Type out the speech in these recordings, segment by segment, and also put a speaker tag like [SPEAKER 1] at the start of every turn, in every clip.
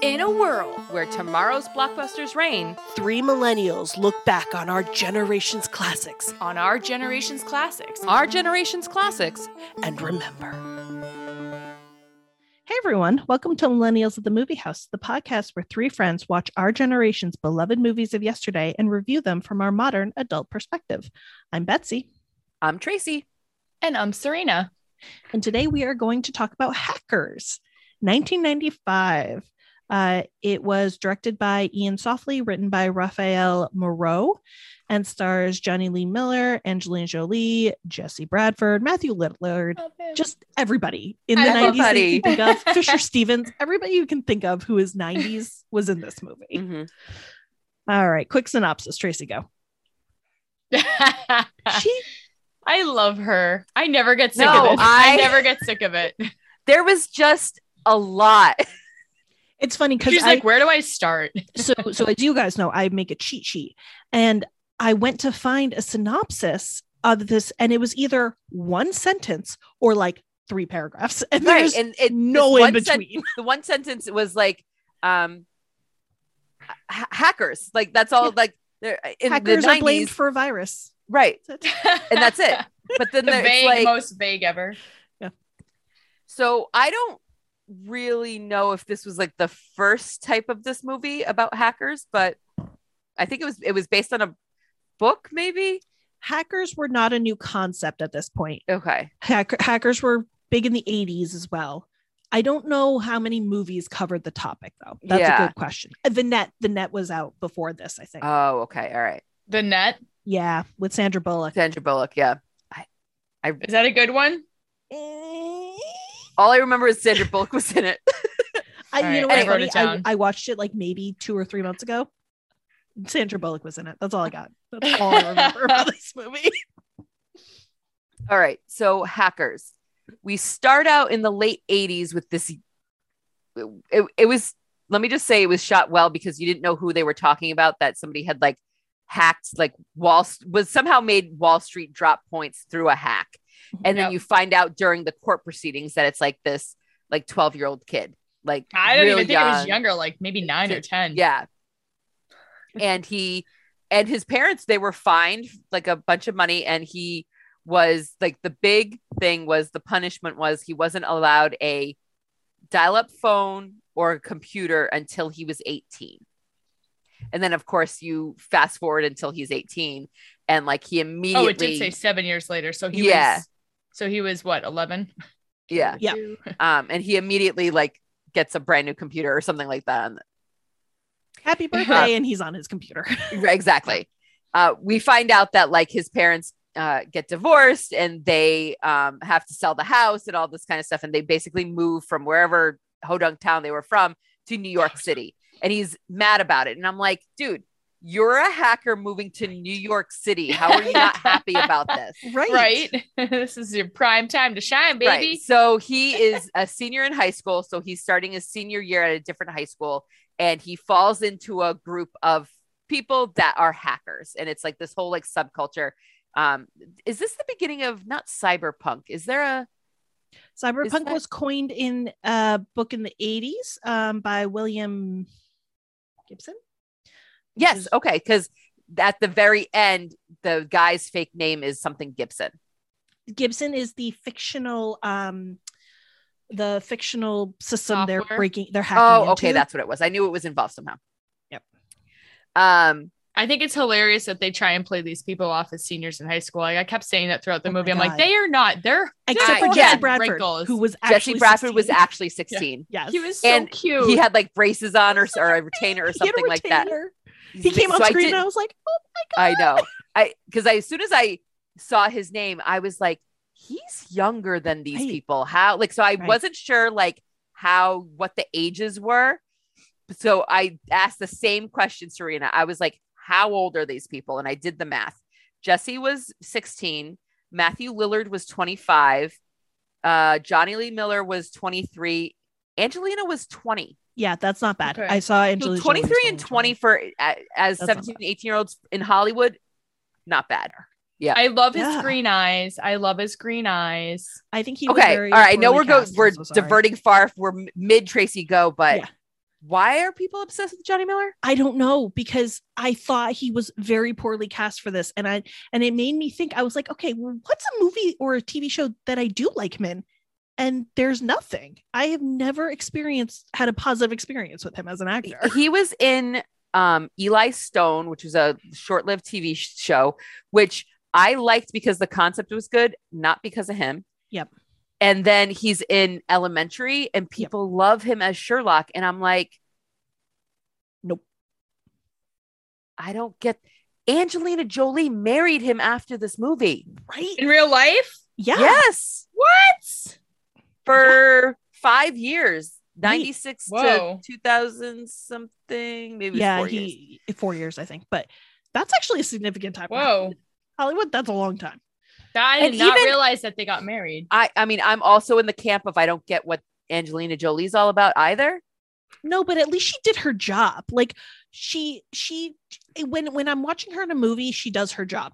[SPEAKER 1] In a world where tomorrow's blockbusters reign
[SPEAKER 2] Three millennials look back on our generation's classics
[SPEAKER 1] on our generation's classics, our generation's classics,
[SPEAKER 2] and remember. Hey everyone, welcome to Millennials at the Movie House, the podcast where three friends watch our generation's beloved movies of yesterday and review them from our modern adult perspective. I'm Betsy,
[SPEAKER 3] I'm Tracy.
[SPEAKER 1] and um, Serena.
[SPEAKER 2] and today we are going to talk about Hackers, 1995. Uh, it was directed by Ian Softly, written by Raphael Moreau, and stars Johnny Lee Miller, Angelina Jolie, Jesse Bradford, Matthew Lillard, just everybody in the
[SPEAKER 3] Everybody.
[SPEAKER 2] 90s you can think of fisher stevens everybody you can think of who is 90s was in this movie
[SPEAKER 1] Mm.
[SPEAKER 3] Mm-hmm.
[SPEAKER 2] all right quick synopsis tracy go she
[SPEAKER 1] I love her. I never get sick
[SPEAKER 3] No,
[SPEAKER 1] of it. I...
[SPEAKER 3] I-
[SPEAKER 1] never get sick of it.
[SPEAKER 3] There was just a lot.
[SPEAKER 2] it's funny because
[SPEAKER 1] She's
[SPEAKER 2] i
[SPEAKER 1] like, where do I start?
[SPEAKER 2] so so as you guys know i make a cheat sheet and i went to find a synopsis of this and it was either one sentence or like three paragraphs and
[SPEAKER 3] Right.
[SPEAKER 2] there's
[SPEAKER 3] And it,
[SPEAKER 2] no
[SPEAKER 3] this
[SPEAKER 2] in
[SPEAKER 3] one sen-
[SPEAKER 2] between
[SPEAKER 3] the one sentence was like, um, ha- hackers. Like that's all like they're in
[SPEAKER 2] hackers
[SPEAKER 3] the
[SPEAKER 2] are
[SPEAKER 3] 90s.
[SPEAKER 2] blamed for a virus
[SPEAKER 3] right. And that's it. But then
[SPEAKER 1] the
[SPEAKER 3] there- it's
[SPEAKER 1] vague,
[SPEAKER 3] like,
[SPEAKER 1] most vague ever.
[SPEAKER 3] so I don't really know if this was like the first type of this movie about hackers, but I think it was, it was based on a book maybe.
[SPEAKER 2] hackers were not a new concept at this point
[SPEAKER 3] Okay.
[SPEAKER 2] hack- hackers were big in the 80s as well. I don't know how many movies covered the topic though. That's a
[SPEAKER 3] Yeah.
[SPEAKER 2] good question. Uh, The net, the net was out before this, I think.
[SPEAKER 3] Oh, okay. All right.
[SPEAKER 1] The net.
[SPEAKER 2] yeah, with Sandra Bullock.
[SPEAKER 3] Sandra Bullock. Yeah.
[SPEAKER 1] Is that a good one?
[SPEAKER 3] eh. All I remember is Sandra Bullock was in it.
[SPEAKER 2] I, you
[SPEAKER 1] Alright,
[SPEAKER 2] know what's
[SPEAKER 3] I
[SPEAKER 1] wrote
[SPEAKER 2] funny?
[SPEAKER 1] it
[SPEAKER 2] I,
[SPEAKER 1] down.
[SPEAKER 2] I watched it like maybe two or three months ago. Sandra Bullock was in it. That's all I got. That's all I remember about this movie.
[SPEAKER 3] All right. So hackers. We start out in the late 80s with this. It, it was, let me just say it was shot well because you didn't know who they were talking about, that somebody had like hacked, like Wall was somehow made Wall Street drop points through a hack. And
[SPEAKER 1] Mm-hmm. Yep.
[SPEAKER 3] then you find out during the court proceedings that it's like this like 12 year old kid. Like
[SPEAKER 1] I don't
[SPEAKER 3] real
[SPEAKER 1] even think it was younger, like maybe nine or ten.
[SPEAKER 3] Yeah. And he and his parents, they were fined like a bunch of money. And he was like the big thing was the punishment was he wasn't allowed a dial up phone or a computer until he was 18. And then, of course, you fast forward until he's 18 and like he immediately.
[SPEAKER 1] Oh, it did say seven years later. So he
[SPEAKER 3] Yeah.
[SPEAKER 1] was. So he was what eleven?
[SPEAKER 3] Yeah.
[SPEAKER 2] Yeah.
[SPEAKER 3] Um, and he immediately like gets a brand new computer or something like that. And
[SPEAKER 2] Happy birthday, and he's on his computer.
[SPEAKER 3] Right, exactly. Uh, we find out that like his parents uh, get divorced and they um, have to sell the house and all this kind of stuff, and they basically move from wherever Hodunk town they were from to New York City, and he's mad about it. And I'm like, dude, you're a hacker moving to New York City. How are you not happy about this?
[SPEAKER 2] Right.
[SPEAKER 1] Right. this is your prime time to shine, baby.
[SPEAKER 3] Right. So he is a senior in high school. So he's starting his senior year at a different high school and he falls into a group of people that are hackers. And it's like this whole like subculture. Um, is this the beginning of not cyberpunk? Is there a
[SPEAKER 2] Cyberpunk
[SPEAKER 3] that-
[SPEAKER 2] was coined in a book in the 80s um, by William Gibson.
[SPEAKER 3] yes,
[SPEAKER 2] is-
[SPEAKER 3] okay, because at the very end, the guy's fake name is something Gibson.
[SPEAKER 2] Gibson is the fictional um the fictional system they're
[SPEAKER 1] Software?
[SPEAKER 2] breaking they're hacking
[SPEAKER 3] Oh, okay,
[SPEAKER 2] into.
[SPEAKER 3] that's what it was. I knew it was involved somehow.
[SPEAKER 2] Yep.
[SPEAKER 3] Um,
[SPEAKER 1] I think it's hilarious that they try and play these people off as seniors in high school. Like I kept saying that throughout the
[SPEAKER 2] Oh my
[SPEAKER 1] movie. I'm
[SPEAKER 2] God.
[SPEAKER 1] like, they are not. They're
[SPEAKER 2] except
[SPEAKER 1] they're
[SPEAKER 2] for
[SPEAKER 3] Yeah,
[SPEAKER 2] Jesse
[SPEAKER 1] had
[SPEAKER 2] Bradford
[SPEAKER 1] wrinkles.
[SPEAKER 2] who was
[SPEAKER 3] Jesse
[SPEAKER 2] actually
[SPEAKER 3] Bradford was
[SPEAKER 2] 16.
[SPEAKER 3] actually 16.
[SPEAKER 2] yes
[SPEAKER 1] he was so
[SPEAKER 3] And
[SPEAKER 1] cute.
[SPEAKER 3] He had like braces on or, or a retainer or
[SPEAKER 2] He had a
[SPEAKER 3] something like that.
[SPEAKER 2] retainer. he came on
[SPEAKER 3] So I
[SPEAKER 2] screen
[SPEAKER 3] did-
[SPEAKER 2] and I was like oh
[SPEAKER 3] I know. I because I, as soon as I saw his name, I was like, he's younger than these
[SPEAKER 2] Right.
[SPEAKER 3] people. How like so I
[SPEAKER 2] Right.
[SPEAKER 3] wasn't sure like how what the ages were. So I asked the same question, Serena. I was like, how old are these people? And I did the math. Jesse was 16, Matthew Lillard was 25, uh, Johnny Lee Miller was 23, Angelina was 20.
[SPEAKER 2] yeah that's not bad
[SPEAKER 1] Okay.
[SPEAKER 2] I saw
[SPEAKER 3] So
[SPEAKER 2] Angelina Jolie
[SPEAKER 3] 23
[SPEAKER 2] was
[SPEAKER 3] and 20
[SPEAKER 2] only
[SPEAKER 3] for uh, as
[SPEAKER 2] That's not
[SPEAKER 3] 17 18 year olds in hollywood not bad
[SPEAKER 1] I love
[SPEAKER 2] Yeah.
[SPEAKER 1] his green eyes. I love his green eyes.
[SPEAKER 2] I think he was
[SPEAKER 3] okay all
[SPEAKER 2] very
[SPEAKER 3] right i know
[SPEAKER 2] poorly
[SPEAKER 3] we're going
[SPEAKER 2] cast, I'm
[SPEAKER 3] we're
[SPEAKER 2] so sorry.
[SPEAKER 3] diverting far we're mid tracy go but
[SPEAKER 2] Yeah.
[SPEAKER 3] Why are people obsessed with Johnny Miller?
[SPEAKER 2] I don't know because I thought he was very poorly cast for this, and I and it made me think. I was like, okay, well, what's a movie or a TV show that I do like him in? And there's nothing. I have never experienced had a positive experience with him as an actor.
[SPEAKER 3] He was in um, Eli Stone, which was a short lived TV sh- show, which I liked because the concept was good, not because of him.
[SPEAKER 2] Yep.
[SPEAKER 3] And then he's in elementary, and people love him as Sherlock. And I'm like,
[SPEAKER 2] Nope.
[SPEAKER 3] I don't get. Angelina Jolie married him after this movie.
[SPEAKER 2] Right?
[SPEAKER 1] in real life.
[SPEAKER 2] Yeah.
[SPEAKER 3] Yes.
[SPEAKER 1] What?
[SPEAKER 3] For five years, 96 to
[SPEAKER 1] Whoa.
[SPEAKER 3] 2000 something, maybe
[SPEAKER 2] yeah.
[SPEAKER 3] four years.
[SPEAKER 2] he four years, I think, but that's actually a significant time.
[SPEAKER 1] Whoa!
[SPEAKER 2] Hollywood, that's a long time.
[SPEAKER 1] I
[SPEAKER 3] And
[SPEAKER 1] did not
[SPEAKER 3] even-
[SPEAKER 1] realize that they got married.
[SPEAKER 3] I I mean, I'm also in the camp of I don't get what Angelina Jolie's all about either.
[SPEAKER 2] No, but at least she did her job. Like she she when when I'm watching her in a movie, she does her job.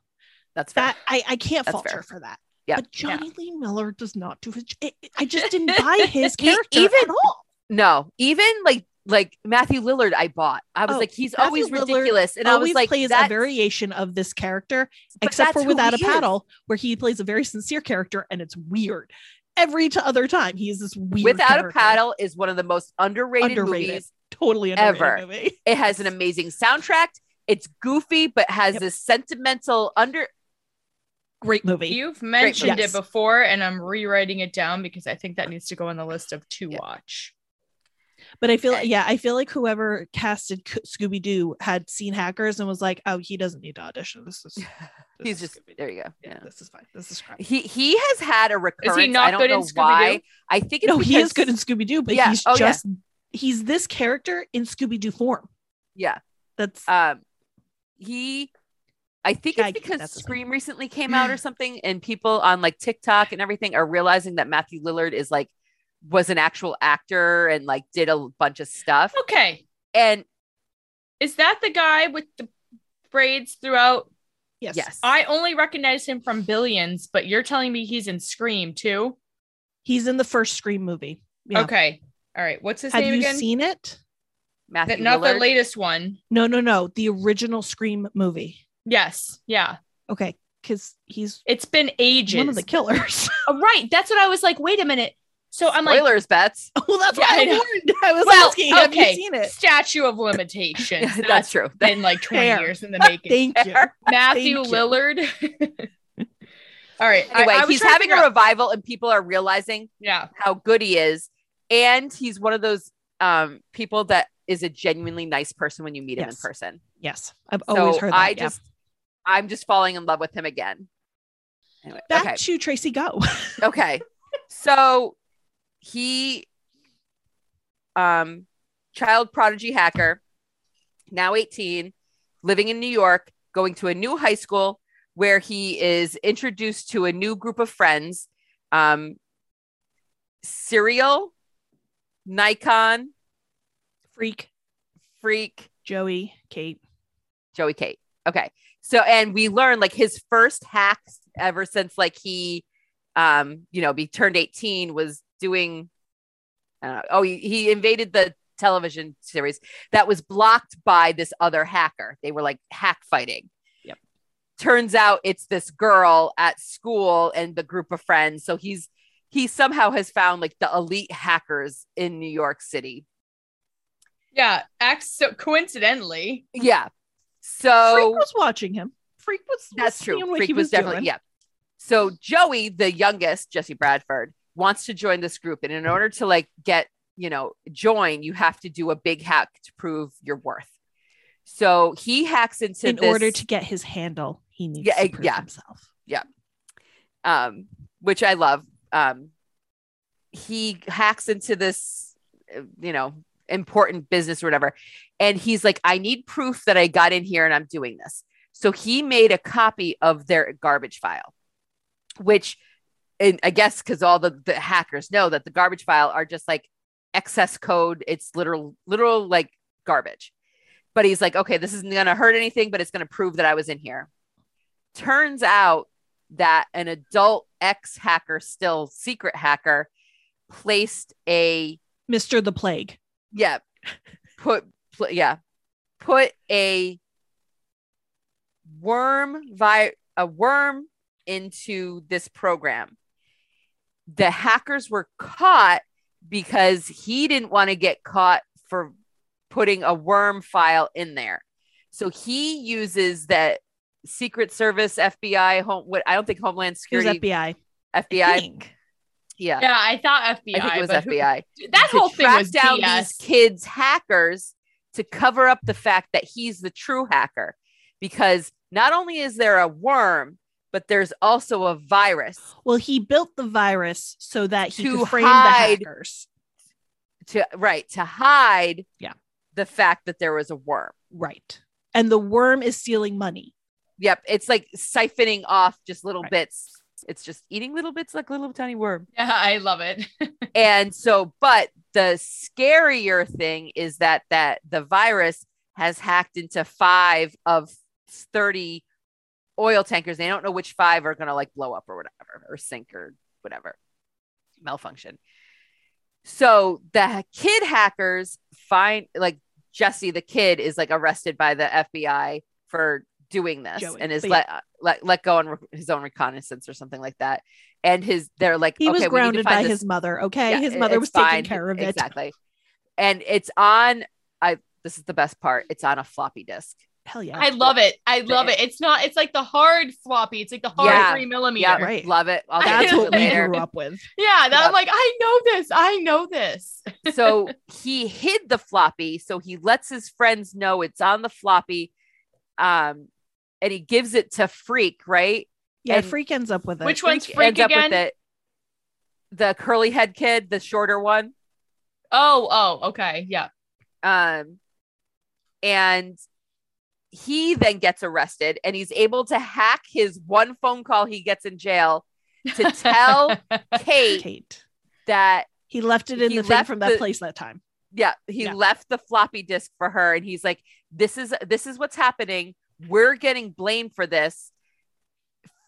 [SPEAKER 3] That's fair.
[SPEAKER 2] That I I can't
[SPEAKER 3] That's
[SPEAKER 2] fault
[SPEAKER 3] fair.
[SPEAKER 2] her for that.
[SPEAKER 3] Yeah.
[SPEAKER 2] But Johnny Lee Miller does not do his. It, it- I just didn't buy his
[SPEAKER 3] He
[SPEAKER 2] character
[SPEAKER 3] even-
[SPEAKER 2] at all.
[SPEAKER 3] no, even like like Matthew Lillard, I bought. I was
[SPEAKER 2] Oh,
[SPEAKER 3] like, he's
[SPEAKER 2] Matthew
[SPEAKER 3] always
[SPEAKER 2] Lillard
[SPEAKER 3] ridiculous, and I was
[SPEAKER 2] Always
[SPEAKER 3] like,
[SPEAKER 2] plays a
[SPEAKER 3] that's-
[SPEAKER 2] variation of this character,
[SPEAKER 3] but
[SPEAKER 2] except
[SPEAKER 3] that's
[SPEAKER 2] for
[SPEAKER 3] who
[SPEAKER 2] without a
[SPEAKER 3] he is.
[SPEAKER 2] paddle, where he plays a very sincere character, and it's weird. Every to other time, he is this weird.
[SPEAKER 3] Without a
[SPEAKER 2] character.
[SPEAKER 3] paddle is one of the most underrated,
[SPEAKER 2] Underrated.
[SPEAKER 3] movies.
[SPEAKER 2] totally underrated
[SPEAKER 3] ever.
[SPEAKER 2] movie.
[SPEAKER 3] It has an amazing soundtrack. It's goofy, but has
[SPEAKER 2] Yep.
[SPEAKER 3] this sentimental under.
[SPEAKER 2] Great movie.
[SPEAKER 1] You've mentioned
[SPEAKER 2] Yes.
[SPEAKER 1] it before, and I'm rewriting it down because I think that needs to go on the list of to
[SPEAKER 3] Yeah.
[SPEAKER 1] watch.
[SPEAKER 2] But I feel,
[SPEAKER 3] Okay.
[SPEAKER 2] yeah, I feel like whoever casted Scooby Doo had seen Hackers and was like, "Oh, he doesn't need to audition. This is this
[SPEAKER 3] He's
[SPEAKER 2] is
[SPEAKER 3] just
[SPEAKER 2] Scooby-Doo.
[SPEAKER 3] there. You go.
[SPEAKER 2] Yeah,
[SPEAKER 3] Yeah.
[SPEAKER 2] this is fine. This is crap."
[SPEAKER 3] He he has had a recurrence.
[SPEAKER 1] not
[SPEAKER 3] I don't
[SPEAKER 1] good in
[SPEAKER 3] know why.
[SPEAKER 1] Scooby-Doo?
[SPEAKER 3] I think it's
[SPEAKER 2] No, he is
[SPEAKER 3] because-
[SPEAKER 2] good in Scooby Doo, but
[SPEAKER 3] Yeah,
[SPEAKER 2] he's
[SPEAKER 3] oh, yeah.
[SPEAKER 2] just he's this character in Scooby Doo form.
[SPEAKER 3] Yeah.
[SPEAKER 2] That's
[SPEAKER 3] um he i think
[SPEAKER 2] Yeah, I-
[SPEAKER 3] it's because
[SPEAKER 2] that's his name.
[SPEAKER 3] scream recently came out or something and people on like tiktok and everything are realizing that matthew lillard is like was an actual actor and like did a bunch of stuff
[SPEAKER 1] Okay.
[SPEAKER 3] and
[SPEAKER 1] Is that the guy with the braids throughout?
[SPEAKER 2] yes.
[SPEAKER 3] yes
[SPEAKER 1] I only recognize him from Billions, but you're telling me he's in Scream too?
[SPEAKER 2] he's in the first Scream movie. Yeah.
[SPEAKER 1] Okay. All right. What's his
[SPEAKER 2] Have
[SPEAKER 1] name
[SPEAKER 2] you
[SPEAKER 1] again?
[SPEAKER 2] seen it?
[SPEAKER 3] matthew
[SPEAKER 1] That- not the
[SPEAKER 3] lillard
[SPEAKER 1] latest one.
[SPEAKER 2] No, no, no. The original Scream movie.
[SPEAKER 1] Yes. Yeah.
[SPEAKER 2] Okay, because he's
[SPEAKER 1] It's been ages.
[SPEAKER 2] one of the killers.
[SPEAKER 1] Oh, right. That's what I was like. Wait a minute. So I'm like,
[SPEAKER 3] spoilers bets
[SPEAKER 2] well, that's
[SPEAKER 1] Yeah, I
[SPEAKER 2] why I
[SPEAKER 1] know.
[SPEAKER 2] warned. I was
[SPEAKER 1] well,
[SPEAKER 2] asking, have
[SPEAKER 1] okay.
[SPEAKER 2] you seen it?
[SPEAKER 1] Statue of limitations.
[SPEAKER 3] that's,
[SPEAKER 1] That's
[SPEAKER 3] true
[SPEAKER 1] been like 20
[SPEAKER 2] Fair.
[SPEAKER 1] years in the making.
[SPEAKER 2] Thank you.
[SPEAKER 3] Fair.
[SPEAKER 1] Matthew
[SPEAKER 2] Thank you.
[SPEAKER 1] Lillard. All right. I-
[SPEAKER 3] anyway
[SPEAKER 1] I was
[SPEAKER 3] he's
[SPEAKER 1] trying to
[SPEAKER 3] having
[SPEAKER 1] figure
[SPEAKER 3] a
[SPEAKER 1] out-
[SPEAKER 3] revival and people are realizing
[SPEAKER 1] yeah.
[SPEAKER 3] how good he is and he's one of those um people that is a genuinely nice person when you meet him in
[SPEAKER 2] Yes.
[SPEAKER 3] person
[SPEAKER 2] Yes, I've
[SPEAKER 3] so
[SPEAKER 2] always heard that.
[SPEAKER 3] I
[SPEAKER 2] yeah.
[SPEAKER 3] just I'm just falling in love with him again. Anyway,
[SPEAKER 2] back
[SPEAKER 3] okay.
[SPEAKER 2] to Tracy Go.
[SPEAKER 3] okay. So he um child prodigy hacker, now 18, living in New York, going to a new high school where he is introduced to a new group of friends. Um Serial, Nikon,
[SPEAKER 2] Freak,
[SPEAKER 3] Freak,
[SPEAKER 2] Joey, Kate.
[SPEAKER 3] Joey Kate. Okay. So and we learned like his first hacks ever since like he um you know be turned 18 was doing uh, oh he, he invaded the television series that was blocked by this other hacker. They were like hack fighting.
[SPEAKER 2] Yep.
[SPEAKER 3] Turns out it's this girl at school and the group of friends. So he's he somehow has found like the elite hackers in New York City.
[SPEAKER 1] Yeah. Acts so coincidentally.
[SPEAKER 3] Yeah. So
[SPEAKER 2] Freak was watching him. Freak was.
[SPEAKER 3] Oh. That's
[SPEAKER 2] was
[SPEAKER 3] true.
[SPEAKER 2] seeing what
[SPEAKER 3] Freak
[SPEAKER 2] he
[SPEAKER 3] was,
[SPEAKER 2] was
[SPEAKER 3] definitely
[SPEAKER 2] doing.
[SPEAKER 3] yeah. So Joey, the youngest, Jesse Bradford, wants to join this group, and in order to like get you know join, you have to do a big hack to prove your worth. So he hacks into
[SPEAKER 2] In
[SPEAKER 3] this,
[SPEAKER 2] order to get his handle, he needs
[SPEAKER 3] Yeah,
[SPEAKER 2] to prove
[SPEAKER 3] yeah.
[SPEAKER 2] himself.
[SPEAKER 3] um, which I love. Um, he hacks into this, uh, you know, important business or whatever. And he's like, I need proof that I got in here and I'm doing this. So he made a copy of their garbage file, which, and I guess because all the, the hackers know that the garbage file are just like excess code. It's literal, literal like garbage. But he's like, okay, this isn't going to hurt anything, but it's going to prove that I was in here. Turns out that an adult ex hacker, still secret hacker, placed a
[SPEAKER 2] Mister the Plague.
[SPEAKER 3] yeah put pl- yeah put a worm vi- a worm into this program the hackers were caught because he didn't want to get caught for putting a worm file in there so he uses that secret service fbi home what i don't think homeland
[SPEAKER 2] It was
[SPEAKER 3] security
[SPEAKER 2] FBI. I
[SPEAKER 3] fbi
[SPEAKER 2] think.
[SPEAKER 3] yeah
[SPEAKER 1] Yeah, I thought FBI.
[SPEAKER 3] I think it was
[SPEAKER 1] but who-
[SPEAKER 3] FBI.
[SPEAKER 1] that
[SPEAKER 3] to
[SPEAKER 1] whole thing
[SPEAKER 3] track
[SPEAKER 1] was
[SPEAKER 3] down
[SPEAKER 1] BS.
[SPEAKER 3] these kids hackers to cover up the fact that he's the true hacker because not only is there a worm but there's also a virus
[SPEAKER 2] Well, he built the virus so that he
[SPEAKER 3] To
[SPEAKER 2] could frame
[SPEAKER 3] hide-
[SPEAKER 2] the hackers.
[SPEAKER 3] to right to hide
[SPEAKER 2] Yeah.
[SPEAKER 3] the fact that there was a worm
[SPEAKER 2] Right. And the worm is stealing money.
[SPEAKER 3] yep it's like siphoning off just little
[SPEAKER 2] Right.
[SPEAKER 3] bits it's just eating little bits like little tiny worm
[SPEAKER 1] Yeah, I love it.
[SPEAKER 3] and so but the scarier thing is that that the virus has hacked into five of 30 oil tankers they don't know which five are going to like blow up or whatever or sink or whatever malfunction so the ha- kid hackers find like jesse the kid is like arrested by the fbi for doing this
[SPEAKER 2] Joey,
[SPEAKER 3] and is
[SPEAKER 2] but
[SPEAKER 3] let, let let go on re- his own reconnaissance or something like that and his they're like
[SPEAKER 2] He
[SPEAKER 3] okay,
[SPEAKER 2] was
[SPEAKER 3] we need to
[SPEAKER 2] grounded
[SPEAKER 3] find
[SPEAKER 2] by
[SPEAKER 3] this-
[SPEAKER 2] his mother. Okay.
[SPEAKER 3] yeah,
[SPEAKER 2] his
[SPEAKER 3] it-
[SPEAKER 2] mother
[SPEAKER 3] it's
[SPEAKER 2] was
[SPEAKER 3] fine.
[SPEAKER 2] taking care of it.
[SPEAKER 3] Exactly. And it's on I this is the best part. It's on a floppy disk.
[SPEAKER 2] Hell yeah.
[SPEAKER 1] I love it. I love it. It's not. It's like the hard floppy. It's like the hard
[SPEAKER 3] Yeah.
[SPEAKER 1] three millimeter.
[SPEAKER 3] Yeah,
[SPEAKER 1] Yeah,
[SPEAKER 2] Right.
[SPEAKER 3] love it. I'll get
[SPEAKER 2] That's
[SPEAKER 3] to it
[SPEAKER 2] what we
[SPEAKER 3] later.
[SPEAKER 2] grew up with.
[SPEAKER 1] that
[SPEAKER 3] Yep.
[SPEAKER 1] I'm like, I know this. I know this.
[SPEAKER 3] so he hid the floppy, so he lets his friends know it's on the floppy. Um and he gives it to Freak, right?
[SPEAKER 2] Yeah.
[SPEAKER 3] And-
[SPEAKER 2] Freak ends up with it.
[SPEAKER 1] Which one's freak
[SPEAKER 3] ends up
[SPEAKER 1] again?
[SPEAKER 3] with it. The curly head kid, the shorter one.
[SPEAKER 1] Oh, oh, okay, yeah.
[SPEAKER 3] Um, and he then gets arrested and he's able to hack his one phone call he gets in jail to tell Kate
[SPEAKER 2] Kate.
[SPEAKER 3] that,
[SPEAKER 2] He left it in
[SPEAKER 3] He
[SPEAKER 2] the thing
[SPEAKER 3] left
[SPEAKER 2] from that
[SPEAKER 3] the-
[SPEAKER 2] place that time.
[SPEAKER 3] yeah, he
[SPEAKER 2] Yeah.
[SPEAKER 3] left the floppy disk for her. And he's like, this is, this is what's happening. We're getting blamed for this.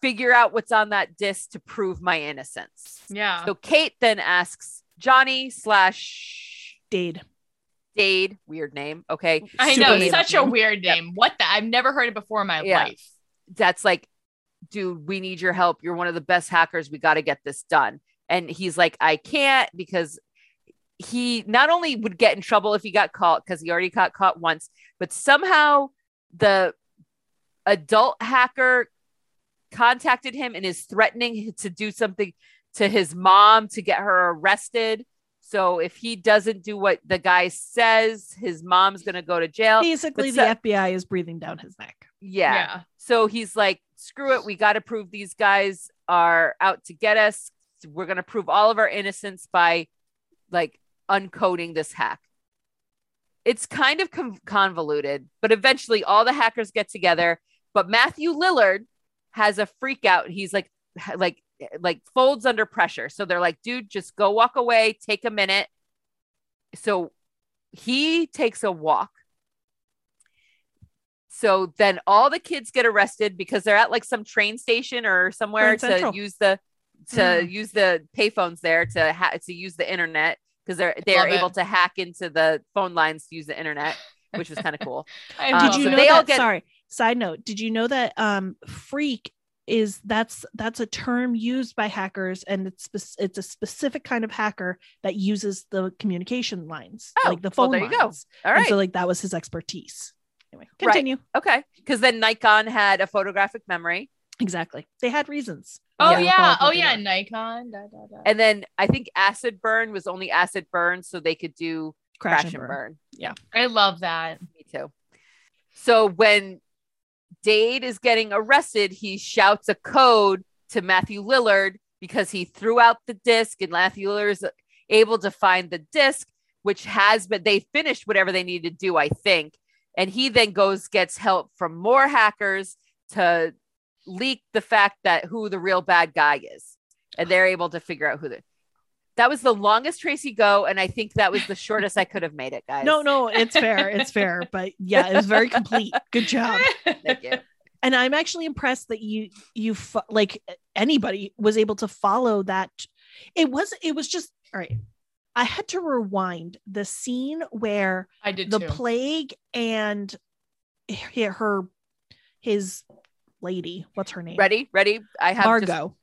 [SPEAKER 3] Figure out what's on that disk to prove my innocence.
[SPEAKER 1] yeah.
[SPEAKER 3] So Kate then asks Johnny slash
[SPEAKER 2] Dade.
[SPEAKER 3] Dade, weird name. Okay.
[SPEAKER 1] I
[SPEAKER 2] super
[SPEAKER 1] know,
[SPEAKER 2] made up
[SPEAKER 1] such a
[SPEAKER 2] name.
[SPEAKER 1] weird name. What the? I've never heard it before in my
[SPEAKER 3] Yeah.
[SPEAKER 1] life.
[SPEAKER 3] that's like, dude, we need your help. You're one of the best hackers. We got to get this done. And he's like, I can't because he not only would get in trouble if he got caught because he already got caught once, but somehow the adult hacker contacted him and is threatening to do something to his mom to get her arrested. So if he doesn't do what the guy says, his mom's going to go to jail.
[SPEAKER 2] Basically,
[SPEAKER 3] but so-
[SPEAKER 2] the FBI is breathing down his neck.
[SPEAKER 1] Yeah.
[SPEAKER 3] yeah. So he's like, screw it. We got to prove these guys are out to get us. We're going to prove all of our innocence by like uncoding this hack. It's kind of con- convoluted, but eventually all the hackers get together. But Matthew Lillard has a freak out. He's like, like, like folds under pressure. So they're like, dude, just go walk away, take a minute. So he takes a walk. So then all the kids get arrested because they're at like some train station or somewhere
[SPEAKER 2] Grand
[SPEAKER 3] to
[SPEAKER 2] Central.
[SPEAKER 3] use the to use the payphones there to ha- to use the internet because they're they're
[SPEAKER 1] Love
[SPEAKER 3] able
[SPEAKER 1] it.
[SPEAKER 3] to hack into the phone lines to use the internet, which was kind of cool.
[SPEAKER 1] I
[SPEAKER 3] Um,
[SPEAKER 2] Did
[SPEAKER 1] love
[SPEAKER 2] you
[SPEAKER 3] so
[SPEAKER 1] it.
[SPEAKER 2] know
[SPEAKER 3] they
[SPEAKER 2] that?
[SPEAKER 3] all get-
[SPEAKER 2] sorry. Side note: Did you know that um, freak is that's that's a term used by hackers, and it's spec- it's a specific kind of hacker that uses the communication lines,
[SPEAKER 3] Oh,
[SPEAKER 2] like the
[SPEAKER 3] well,
[SPEAKER 2] phone
[SPEAKER 3] there you go.
[SPEAKER 2] lines.
[SPEAKER 3] All
[SPEAKER 2] And
[SPEAKER 3] right,
[SPEAKER 2] so, like that was his expertise. Anyway,
[SPEAKER 3] Right.
[SPEAKER 2] continue.
[SPEAKER 3] okay, because then Nikon had a photographic memory,
[SPEAKER 2] Exactly. They had reasons.
[SPEAKER 1] Oh
[SPEAKER 3] Yeah.
[SPEAKER 1] yeah, oh
[SPEAKER 2] Probably
[SPEAKER 1] yeah,
[SPEAKER 2] not.
[SPEAKER 1] Nikon. Da, da, da.
[SPEAKER 3] and then I think acid burn was only acid burn, so they could do crash, and burn.
[SPEAKER 1] I love that.
[SPEAKER 3] Me too. So when Dade is getting arrested, he shouts a code to Matthew Lillard because he threw out the disc, and Matthew Lillard is able to find the disc, which has been they finished whatever they needed to do, I think. And he then goes gets help from more hackers to leak the fact that who the real bad guy is, and they're able to figure out who the. That was the longest Tracy go, and I think that was the shortest I could have made it, guys.
[SPEAKER 2] No, no, it's fair. It's fair. But yeah, it was very complete. Good job.
[SPEAKER 3] thank you.
[SPEAKER 2] and i'm actually impressed that you you fo- like anybody was able to follow that it was it was just all right I had to rewind the scene where
[SPEAKER 1] I did
[SPEAKER 2] the
[SPEAKER 1] too.
[SPEAKER 2] plague and he- her, his lady, what's her name?
[SPEAKER 3] Ready? Ready? I have
[SPEAKER 2] Margot.
[SPEAKER 3] Just,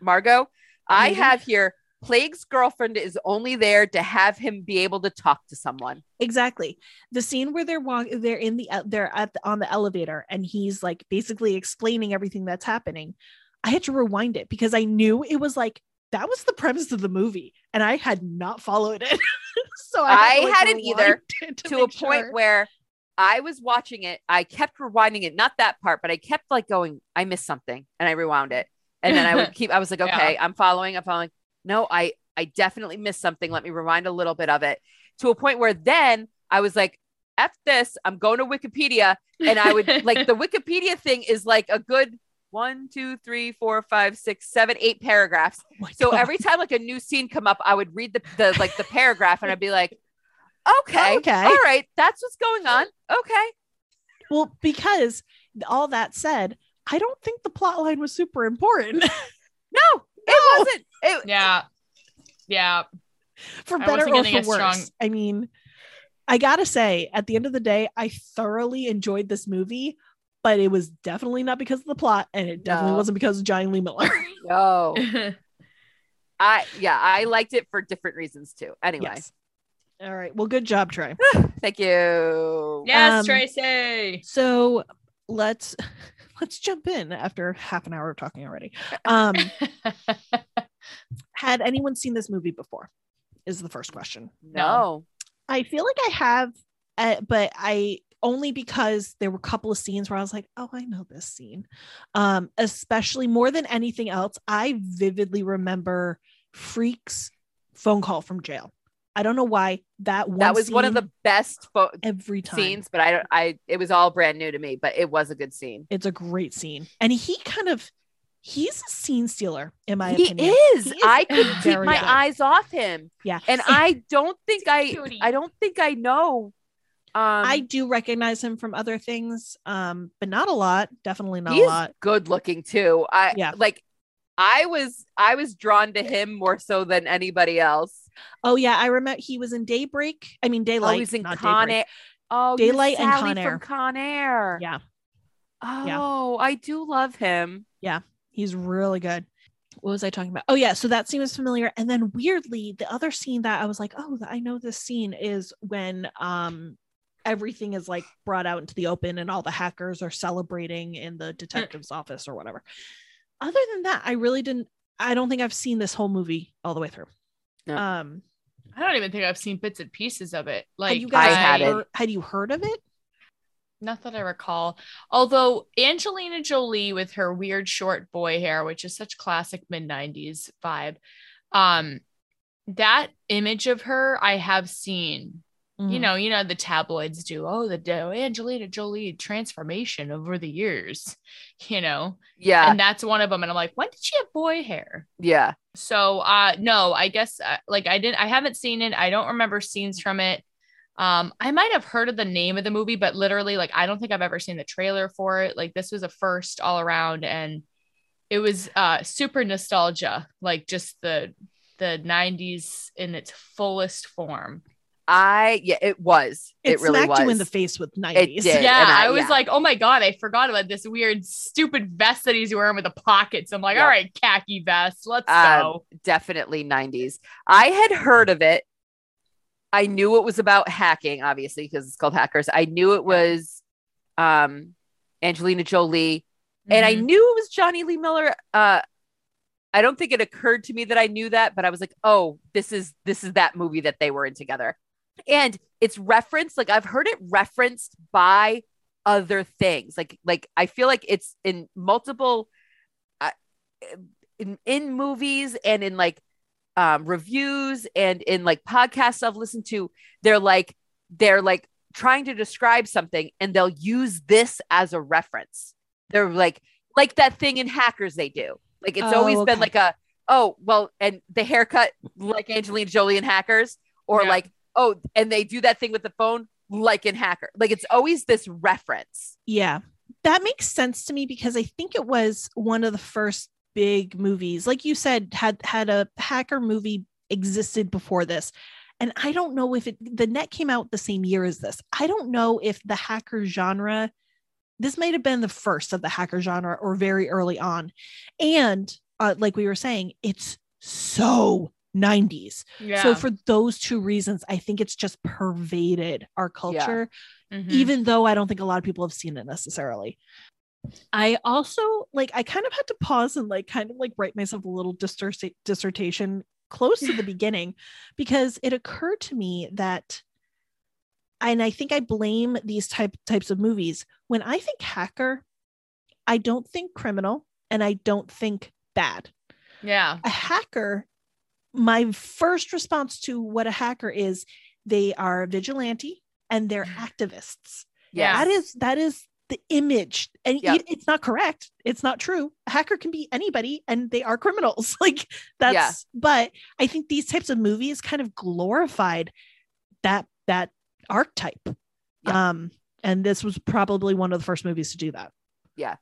[SPEAKER 3] Margot. I
[SPEAKER 2] Lady.
[SPEAKER 3] have here Plague's girlfriend is only there to have him be able to talk to someone.
[SPEAKER 2] Exactly. The scene where they're walking, they're in the, uh, they're at the, on the elevator and he's like basically explaining everything that's happening. I had to rewind it because I knew it was like, that was the premise of the movie and I had not followed it. so
[SPEAKER 3] I
[SPEAKER 2] to, like,
[SPEAKER 3] hadn't either
[SPEAKER 2] rewind it
[SPEAKER 3] To, a
[SPEAKER 2] make
[SPEAKER 3] point
[SPEAKER 2] sure.
[SPEAKER 3] where I was watching it. I kept rewinding it, not that part, but I kept like going, I missed something. And I rewound it. And then I would keep, I was like,
[SPEAKER 1] Yeah.
[SPEAKER 3] okay, I'm following, I'm following. No, I, I definitely missed something. Let me rewind a little bit of it to a point where then I was like, F this, I'm going to Wikipedia and I would like the Wikipedia thing is like a good one, two, three, four, five, six, seven, eight paragraphs.
[SPEAKER 2] Oh my
[SPEAKER 3] So
[SPEAKER 2] God.
[SPEAKER 3] every time like a new scene come up, I would read the, the like the paragraph and I'd be like, okay,
[SPEAKER 2] Okay.
[SPEAKER 3] all right, that's what's going on. Okay,
[SPEAKER 2] Well, because all that said, I don't think the plot line was super important
[SPEAKER 3] no,
[SPEAKER 2] Oh.
[SPEAKER 3] it wasn't. It,
[SPEAKER 1] yeah, yeah.
[SPEAKER 2] for
[SPEAKER 1] I
[SPEAKER 2] better
[SPEAKER 1] wasn't
[SPEAKER 2] or
[SPEAKER 1] getting
[SPEAKER 2] for
[SPEAKER 1] a
[SPEAKER 2] worse.
[SPEAKER 1] strong-
[SPEAKER 2] I mean, I gotta say, at the end of the day, I thoroughly enjoyed this movie, but it was definitely not because of the plot, and it definitely
[SPEAKER 3] No.
[SPEAKER 2] wasn't because of John Lee Miller.
[SPEAKER 3] no, I yeah, I liked it for different reasons too. Anyway,
[SPEAKER 2] yes. All right. Well, good job, Trey.
[SPEAKER 3] thank you.
[SPEAKER 1] yes,
[SPEAKER 2] Um,
[SPEAKER 1] Tracy.
[SPEAKER 2] So let's let's jump in after half an hour of talking already. Um, had anyone seen this movie before? Is the first question.
[SPEAKER 3] No,
[SPEAKER 2] I feel like I have, uh, but I only because there were a couple of scenes where I was like, oh, I know this scene. Um, especially more than anything else, I vividly remember Freak's phone call from jail. I don't know why that one
[SPEAKER 3] that was one of
[SPEAKER 2] scene
[SPEAKER 3] the best pho-
[SPEAKER 2] every time.
[SPEAKER 3] scenes, but I don't. I it was all brand new to me, but it was a good scene.
[SPEAKER 2] It's a great scene. And he kind of he's a scene stealer, in my
[SPEAKER 3] he
[SPEAKER 2] opinion.
[SPEAKER 3] is.
[SPEAKER 2] He is
[SPEAKER 3] I couldn't keep
[SPEAKER 2] very
[SPEAKER 3] my
[SPEAKER 2] good.
[SPEAKER 3] eyes off him,
[SPEAKER 2] Yeah.
[SPEAKER 3] and I um, don't think I.
[SPEAKER 1] cutie.
[SPEAKER 3] I don't think I know. Um,
[SPEAKER 2] I
[SPEAKER 3] I
[SPEAKER 2] do recognize him from other things, um, but not a lot. Definitely not
[SPEAKER 3] he's
[SPEAKER 2] a lot.
[SPEAKER 3] good looking too. I
[SPEAKER 2] Yeah.
[SPEAKER 3] like. I was I was drawn to him more so than anybody else.
[SPEAKER 2] Oh yeah, I remember he was in Daybreak. I mean Daylight.
[SPEAKER 3] oh, he's in
[SPEAKER 2] not
[SPEAKER 3] Con
[SPEAKER 2] Daybreak.
[SPEAKER 3] Air. Oh, you're
[SPEAKER 2] Daylight and
[SPEAKER 3] Sally
[SPEAKER 2] Con Air.
[SPEAKER 3] from Con Air.
[SPEAKER 2] Yeah,
[SPEAKER 3] Oh, I do love him.
[SPEAKER 2] he's really good. What was I talking about? Oh yeah, so that scene was familiar. And then weirdly, the other scene that I was like, oh, I know this scene is when um everything is like brought out into the open and all the hackers are celebrating in the detective's office or whatever. Other than that, I really didn't I don't think I've seen this whole movie all the way through.
[SPEAKER 3] No.
[SPEAKER 2] Um
[SPEAKER 1] I don't even think I've seen bits and pieces of it.
[SPEAKER 2] had
[SPEAKER 1] Like
[SPEAKER 2] you guys
[SPEAKER 3] I had it.
[SPEAKER 2] heard- had you heard of it?
[SPEAKER 1] Not that I recall. Although Angelina Jolie with her weird short boy hair, which is such classic mid 90s vibe, um, that image of her I have seen. You
[SPEAKER 2] Mhm.
[SPEAKER 3] Mm-hmm.
[SPEAKER 1] know, you know the tabloids do. Oh, the oh, Angelina Jolie transformation over the years. You know,
[SPEAKER 3] Yeah.
[SPEAKER 1] and that's one of them. And I'm like, when did she have boy hair?
[SPEAKER 3] yeah.
[SPEAKER 1] So, uh, no, I guess uh, like I didn't, I haven't seen it. I don't remember scenes from it. Um, I might have heard of the name of the movie, but literally, like, I don't think I've ever seen the trailer for it. Like, this was a first all around, and it was uh, super nostalgia, like just the the '90s in its fullest form.
[SPEAKER 3] I yeah, it was. It,
[SPEAKER 2] It,
[SPEAKER 3] really
[SPEAKER 2] smacked
[SPEAKER 3] was.
[SPEAKER 2] you in the face with 90s.
[SPEAKER 3] did.
[SPEAKER 1] Yeah,
[SPEAKER 3] and I-
[SPEAKER 1] I, was
[SPEAKER 3] yeah.
[SPEAKER 1] like, oh my god, I forgot about this weird, stupid vest that he's wearing with the pockets. I'm like,
[SPEAKER 3] Yeah.
[SPEAKER 1] all right, khaki vest, let's
[SPEAKER 3] Um,
[SPEAKER 1] go.
[SPEAKER 3] definitely 90s. I had heard of it. I knew it was about hacking, obviously, because it's called Hackers. I knew it was um, Angelina Jolie, and I
[SPEAKER 1] Mhm.
[SPEAKER 3] knew it was Johnny Lee Miller. Uh, I don't think it occurred to me that I knew that, but I was like, oh, this is this is that movie that they were in together, and it's referenced. Like I've heard it referenced by other things. Like like I feel like it's in multiple, uh, in in movies and in like um, reviews and in like podcasts I've listened to, they're like they're like trying to describe something and they'll use this as a reference. They're like like that thing in hackers they do. Like it's
[SPEAKER 2] Oh,
[SPEAKER 3] always
[SPEAKER 2] okay.
[SPEAKER 3] been like a oh well and the haircut like Angelina Jolie in hackers or
[SPEAKER 1] Yeah.
[SPEAKER 3] like oh and they do that thing with the phone like in hacker. Like it's always this reference.
[SPEAKER 2] Yeah. That makes sense to me because I think it was one of the first big movies. Like you said, had had a hacker movie existed before this. And I don't know if it, the net came out the same year as this. I don't know if the hacker genre, this might have been the first of the hacker genre or very early on. And uh, like we were saying, it's so 90s.
[SPEAKER 1] Yeah.
[SPEAKER 2] So for those two reasons, I think it's just pervaded our culture,
[SPEAKER 1] Mhm.
[SPEAKER 2] even though I don't think a lot of people have seen it necessarily. I also like I kind of had to pause and like kind of like write myself a little disserta- dissertation close to the beginning because it occurred to me that and I think I blame these type types of movies. When I think hacker, I don't think criminal and I don't think bad
[SPEAKER 1] yeah.
[SPEAKER 2] a hacker, my first response to what a hacker is, they are vigilante and they're activists.
[SPEAKER 1] Yeah.
[SPEAKER 2] That is that is the image, and
[SPEAKER 3] Yeah.
[SPEAKER 2] it- it's not correct. It's not true. A hacker can be anybody, and they are criminals. Like that's. But I think these types of movies kind of glorified that that archetype.
[SPEAKER 3] Yeah.
[SPEAKER 2] Um, and this was probably one of the first movies to do that
[SPEAKER 3] Yep.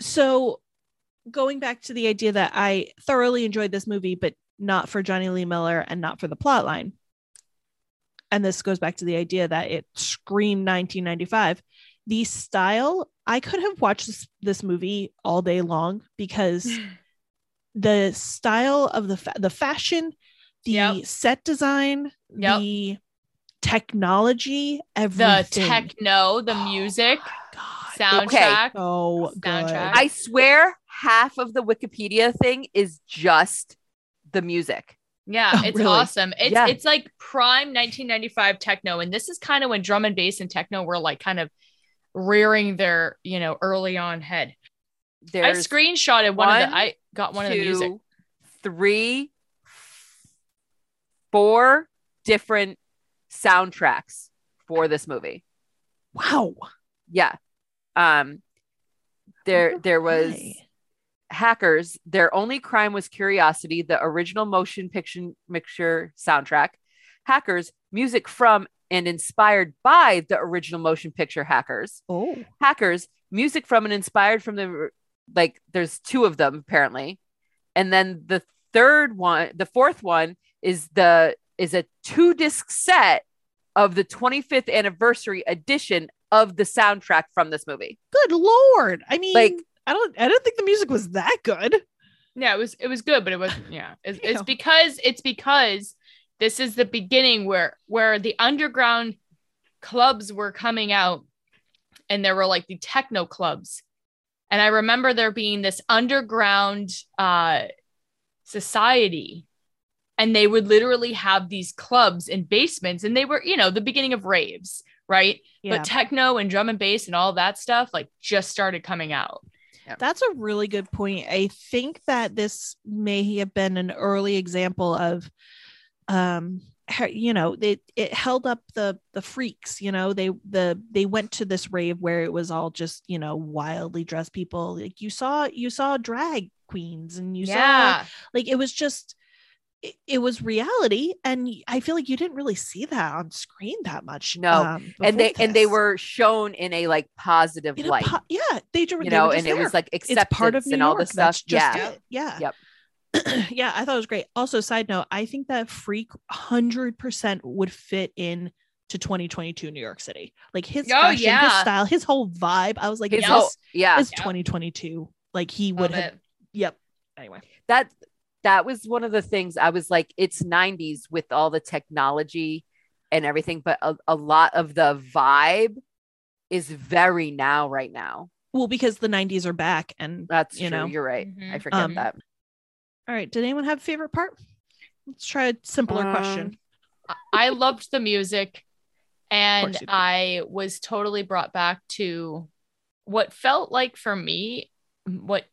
[SPEAKER 2] so going back to the idea that I thoroughly enjoyed this movie, but not for Johnny Lee Miller and not for the plot line. And this goes back to the idea that it screamed 1995. The style, I could have watched this, this movie all day long because the style of the fa- the fashion, the
[SPEAKER 1] Yep.
[SPEAKER 2] set design,
[SPEAKER 1] Yep.
[SPEAKER 2] the technology,
[SPEAKER 1] The
[SPEAKER 2] everything.
[SPEAKER 1] techno, the
[SPEAKER 2] Oh,
[SPEAKER 1] music,
[SPEAKER 2] God,
[SPEAKER 1] soundtrack.
[SPEAKER 2] so good.
[SPEAKER 1] Soundtrack.
[SPEAKER 3] I swear half of the Wikipedia thing is just the music.
[SPEAKER 1] Yeah,
[SPEAKER 2] Oh,
[SPEAKER 1] it's
[SPEAKER 2] really?
[SPEAKER 1] awesome. It's
[SPEAKER 3] Yeah.
[SPEAKER 1] it's like prime 1995 techno, and this is kind of when drum and bass and techno were like kind of rearing their you know early on head.
[SPEAKER 3] There's
[SPEAKER 1] I screenshotted one,
[SPEAKER 3] one,
[SPEAKER 1] of the. I got one of the music.
[SPEAKER 3] two, three, four different soundtracks for this movie.
[SPEAKER 2] Wow.
[SPEAKER 3] Yeah. Um there there was
[SPEAKER 2] Okay.
[SPEAKER 3] hackers, their only crime was curiosity, the original motion picture mixture soundtrack. Hackers, music from and inspired by the original motion picture hackers.
[SPEAKER 2] Oh.
[SPEAKER 3] Hackers, music from and inspired from the like there's two of them apparently. And then the third one, the fourth one is the is a two disc set of the 25th anniversary edition of the soundtrack from this movie.
[SPEAKER 2] Good lord. I mean
[SPEAKER 3] Like-
[SPEAKER 2] I don't I don't think the music was that good.
[SPEAKER 1] Yeah, it was it was good, but it wasn't. Yeah, it's, it's
[SPEAKER 2] Ew.
[SPEAKER 1] because it's because this is the beginning where where the underground clubs were coming out, and there were like the techno clubs, and I remember there being this underground uh, society, and they would literally have these clubs in basements, and they were you know the beginning of raves, right? But techno and drum and bass and all that stuff like just started coming out.
[SPEAKER 2] That's a really good point. I think that this may have been an early example of um how- you know it it held up the the freaks you know they the they went to this rave where it was all just you know wildly dressed people like you saw you saw drag queens and you saw like it was just it, it was reality and y- i feel like you didn't really see that on screen that much
[SPEAKER 3] No.
[SPEAKER 2] um,
[SPEAKER 3] and they
[SPEAKER 2] before
[SPEAKER 3] and they
[SPEAKER 2] this.
[SPEAKER 3] were shown in a like positive
[SPEAKER 2] In a
[SPEAKER 3] light,
[SPEAKER 2] po- yeah they, ju-
[SPEAKER 3] you
[SPEAKER 2] they
[SPEAKER 3] know,
[SPEAKER 2] were
[SPEAKER 3] and
[SPEAKER 2] just
[SPEAKER 3] it was
[SPEAKER 2] there.
[SPEAKER 3] like acceptance
[SPEAKER 2] it's part of New
[SPEAKER 3] and all
[SPEAKER 2] York.
[SPEAKER 3] the stuff.
[SPEAKER 2] That's just
[SPEAKER 3] yeah,
[SPEAKER 2] it. yeah
[SPEAKER 3] Yep.
[SPEAKER 2] yeah i thought it was great also side note i think that freak 100% would fit in to 2022 new york city like his
[SPEAKER 1] Oh,
[SPEAKER 2] fashion his
[SPEAKER 1] yeah.
[SPEAKER 2] style his whole vibe i was like
[SPEAKER 3] His
[SPEAKER 2] this
[SPEAKER 3] whole- yeah.
[SPEAKER 2] is
[SPEAKER 1] Yep.
[SPEAKER 2] 2022 like he
[SPEAKER 1] Love
[SPEAKER 2] would have
[SPEAKER 1] it.
[SPEAKER 2] yep anyway
[SPEAKER 3] that that was one of the things I was like, it's '90s with all the technology and everything, but a, a lot of the vibe is very now, right now.
[SPEAKER 2] well because the 90s are back and
[SPEAKER 3] That's
[SPEAKER 2] You
[SPEAKER 3] true.
[SPEAKER 2] know.
[SPEAKER 3] You're right. I
[SPEAKER 1] Mhm.
[SPEAKER 3] forget
[SPEAKER 2] Um,
[SPEAKER 3] that.
[SPEAKER 2] all right did anyone have a favorite part let's try a simpler question
[SPEAKER 3] Um,
[SPEAKER 1] I- I loved the music and
[SPEAKER 2] you did.
[SPEAKER 1] I was totally brought back to what felt like for me what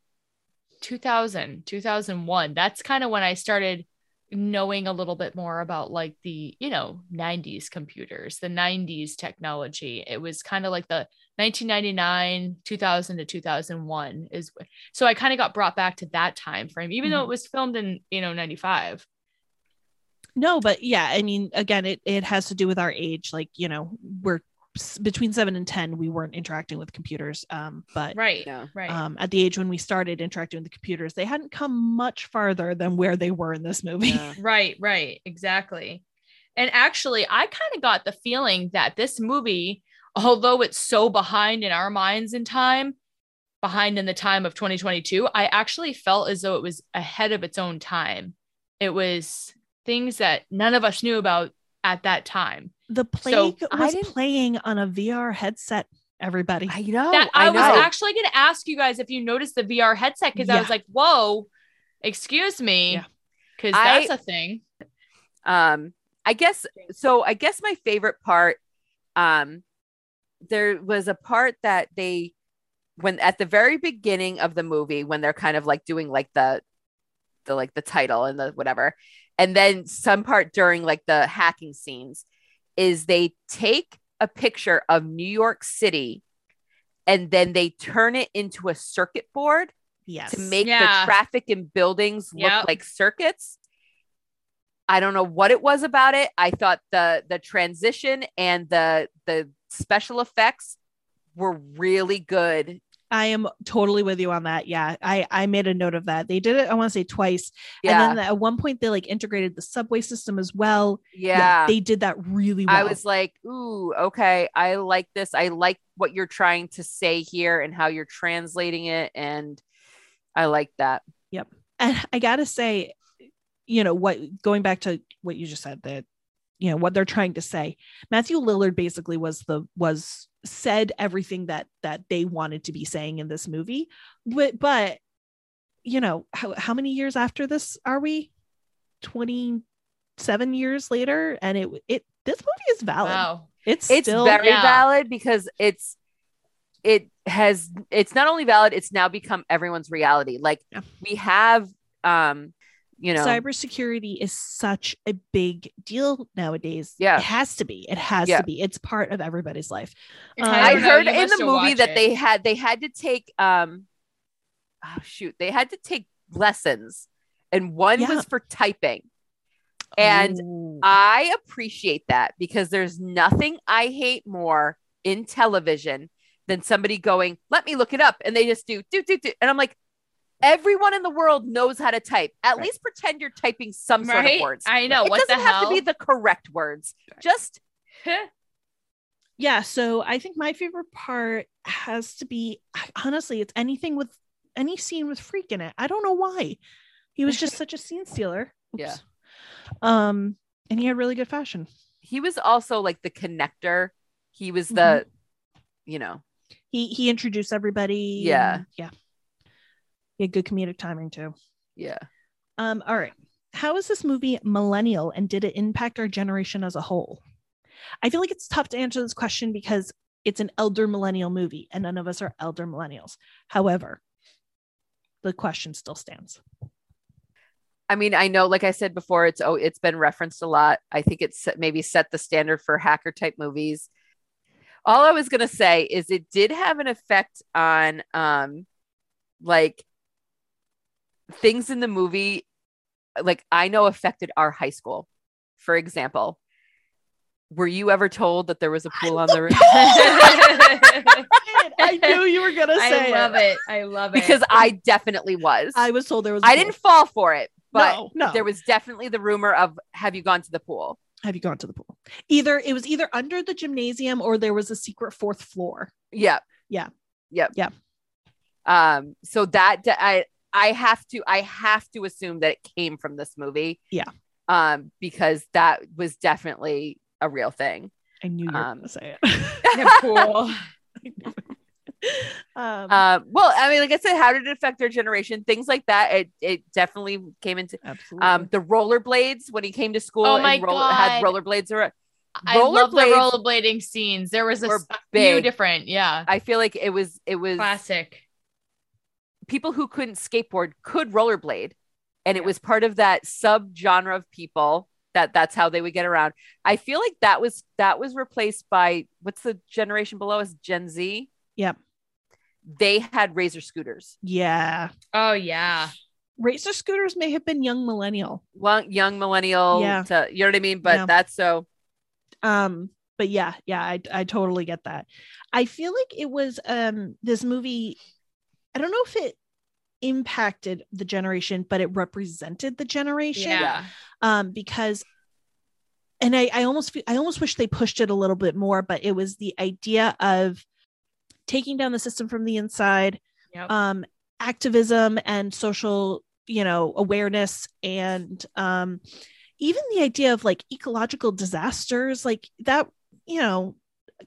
[SPEAKER 1] 2000 2001 that's kind of when I started knowing a little bit more about like the you know 90s computers the 90s technology it was kind of like the 1999 2000 to 2001 is so I kind of got brought back to that time frame even though
[SPEAKER 2] Mhm.
[SPEAKER 1] it was filmed in you know 95
[SPEAKER 2] No, but yeah, I mean, again, it, it has to do with our age. Like, you know, we're s- between seven and 10, we weren't interacting with computers. Um, but
[SPEAKER 1] Right.
[SPEAKER 3] No.
[SPEAKER 1] Right.
[SPEAKER 2] um, at the age when we started interacting with the computers, they hadn't come much farther than where they were in this movie.
[SPEAKER 3] Yeah.
[SPEAKER 1] Right, right, exactly. And actually, I kind of got the feeling that this movie, although it's so behind in our minds in time, behind in the time of 2022, I actually felt as though it was ahead of its own time. It was things that none of us knew about at that time.
[SPEAKER 2] The
[SPEAKER 1] So,
[SPEAKER 2] plague
[SPEAKER 3] I
[SPEAKER 2] was
[SPEAKER 3] didn't-
[SPEAKER 2] playing on a VR headset, everybody.
[SPEAKER 3] I know.
[SPEAKER 1] that I,
[SPEAKER 3] Oh, I,
[SPEAKER 1] was
[SPEAKER 3] know.
[SPEAKER 1] actually going to ask you guys if you noticed the VR headset because I
[SPEAKER 2] Yeah.
[SPEAKER 1] was like, whoa, excuse me.
[SPEAKER 2] Yeah.
[SPEAKER 1] Because
[SPEAKER 3] I-
[SPEAKER 1] that's a thing.
[SPEAKER 3] um i guess so i guess my favorite part um there was a part that they when at the very beginning of the movie when they're kind of like doing like the the like the title and the whatever and then some part during like the hacking scenes is they take a picture of new york city and then they turn it into a circuit board
[SPEAKER 2] yes.
[SPEAKER 3] to make
[SPEAKER 1] Yeah.
[SPEAKER 3] the traffic in buildings look
[SPEAKER 1] Yep.
[SPEAKER 3] like circuits. I don't know what it was about it. I thought the the transition and the the special effects were really good.
[SPEAKER 2] I am totally with you on that. Yeah. I, I made a note of that. They did it, I want to say twice.
[SPEAKER 3] Yeah,
[SPEAKER 2] And then at one point, they like integrated the subway system as well.
[SPEAKER 3] yeah.
[SPEAKER 2] They did that really well.
[SPEAKER 3] I was like, ooh, okay, I like this. I like what you're trying to say here and how you're translating it, and I like that.
[SPEAKER 2] and I gotta say, you know, what going back to what you just said that, you know, what they're trying to say, Matthew Lillard basically was the was said everything that that they wanted to be saying in this movie. But but you know, how how many years after this are we? 27 years later. And it it this movie is valid.
[SPEAKER 1] Wow.
[SPEAKER 2] It's,
[SPEAKER 3] it's
[SPEAKER 2] still
[SPEAKER 3] very
[SPEAKER 1] yeah.
[SPEAKER 3] valid because it's it has it's not only valid it's now become everyone's reality like
[SPEAKER 2] Yeah.
[SPEAKER 3] we have um you know
[SPEAKER 2] cybersecurity is such a big deal nowadays.
[SPEAKER 3] Yeah.
[SPEAKER 2] It has to be. It has
[SPEAKER 3] Yeah.
[SPEAKER 2] to be. It's part of everybody's life.
[SPEAKER 3] Uh, i,
[SPEAKER 2] don't know,
[SPEAKER 3] heard
[SPEAKER 1] you
[SPEAKER 3] in
[SPEAKER 1] must
[SPEAKER 3] the
[SPEAKER 1] have
[SPEAKER 3] movie
[SPEAKER 1] watched
[SPEAKER 3] that
[SPEAKER 1] it.
[SPEAKER 3] they had they had to take um oh shoot they had to take lessons and one
[SPEAKER 2] Yeah. Oh,
[SPEAKER 3] was for typing and
[SPEAKER 2] Ooh.
[SPEAKER 3] I appreciate that because there's nothing I hate more in television than somebody going, let me look it up. And they just do, do, do, do. And I'm like, everyone in the world knows how to type. At
[SPEAKER 2] Right.
[SPEAKER 3] least pretend you're typing some sort
[SPEAKER 1] Right?
[SPEAKER 3] of words.
[SPEAKER 1] I know.
[SPEAKER 3] it
[SPEAKER 1] what
[SPEAKER 3] doesn't
[SPEAKER 1] the
[SPEAKER 3] have
[SPEAKER 1] hell?
[SPEAKER 3] to be the correct words. Just
[SPEAKER 2] yeah so i think my favorite part has to be I- honestly it's anything with any scene with freak in it i don't know why he was just such a scene stealer Oops.
[SPEAKER 3] Yeah.
[SPEAKER 2] um and he had really good fashion
[SPEAKER 3] he was also like the connector. He was the,
[SPEAKER 1] Mm-hmm.
[SPEAKER 3] you know,
[SPEAKER 2] he he introduced everybody
[SPEAKER 3] Yeah.
[SPEAKER 2] and- yeah he had good comedic timing too
[SPEAKER 3] yeah.
[SPEAKER 2] um all right how is this movie millennial and did it impact our generation as a whole i feel like it's tough to answer this question because it's an elder millennial movie and none of us are elder millennials however the question still stands
[SPEAKER 3] I mean, I know, like I said before, it's oh, it's been referenced a lot. I think it's set- maybe set the standard for hacker type movies. All I was gonna say is it did have an effect on, um, like things in the movie, like I know affected our high school. For example, were you ever told that there was a pool on the roof?
[SPEAKER 2] I knew you were gonna
[SPEAKER 1] I
[SPEAKER 2] say
[SPEAKER 1] love
[SPEAKER 2] it.
[SPEAKER 1] it. I love it.
[SPEAKER 3] Because I definitely was.
[SPEAKER 2] I was told there was. I
[SPEAKER 3] I didn't fall for it, but
[SPEAKER 2] no, no.
[SPEAKER 3] there was definitely the rumor of have you gone to the pool?
[SPEAKER 2] Have you gone to the pool? Either it was either under the gymnasium or there was a secret fourth floor.
[SPEAKER 3] Yeah.
[SPEAKER 2] Yeah.
[SPEAKER 3] Yep.
[SPEAKER 2] Yeah.
[SPEAKER 3] Um, so that d- I I have to I have to assume that it came from this movie.
[SPEAKER 2] Yeah.
[SPEAKER 3] Um, because that was definitely a real thing.
[SPEAKER 2] I knew you were
[SPEAKER 3] Um,
[SPEAKER 2] gonna say it.
[SPEAKER 1] The pool.
[SPEAKER 2] um,
[SPEAKER 3] Um, well, I mean, like I said, how did it affect their generation? Things like that. It it definitely came into
[SPEAKER 2] absolutely.
[SPEAKER 3] um the rollerblades when he came to school
[SPEAKER 1] Oh my
[SPEAKER 3] and had
[SPEAKER 1] God.
[SPEAKER 3] rollerblades around.
[SPEAKER 1] I love the
[SPEAKER 3] Rollerblades
[SPEAKER 1] rollerblading scenes. There was a
[SPEAKER 3] were
[SPEAKER 1] s- a few
[SPEAKER 3] big.
[SPEAKER 1] different, yeah,
[SPEAKER 3] I feel like it was it was
[SPEAKER 1] classic.
[SPEAKER 3] people who couldn't skateboard could rollerblade and it
[SPEAKER 2] Yeah.
[SPEAKER 3] was part of that sub genre of people that that's how they would get around i feel like that was that was replaced by what's the generation below us gen z
[SPEAKER 2] Yep.
[SPEAKER 3] they had razor scooters
[SPEAKER 2] yeah,
[SPEAKER 1] Oh yeah,
[SPEAKER 2] racer scooters may have been young millennial.
[SPEAKER 3] long young millennial
[SPEAKER 2] Yeah.
[SPEAKER 3] to, you know what i mean but
[SPEAKER 2] Yeah.
[SPEAKER 3] that's so
[SPEAKER 2] Um, but yeah, yeah, I, I totally get that. I feel like it was um this movie, I don't know if it impacted the generation, but it represented the generation.
[SPEAKER 1] Yeah.
[SPEAKER 2] Um, because and I, I almost fe- I almost wish they pushed it a little bit more, but it was the idea of taking down the system from the inside,
[SPEAKER 1] Yep.
[SPEAKER 2] um, activism and social, you know, awareness and um, even the idea of like ecological disasters, like that, you know,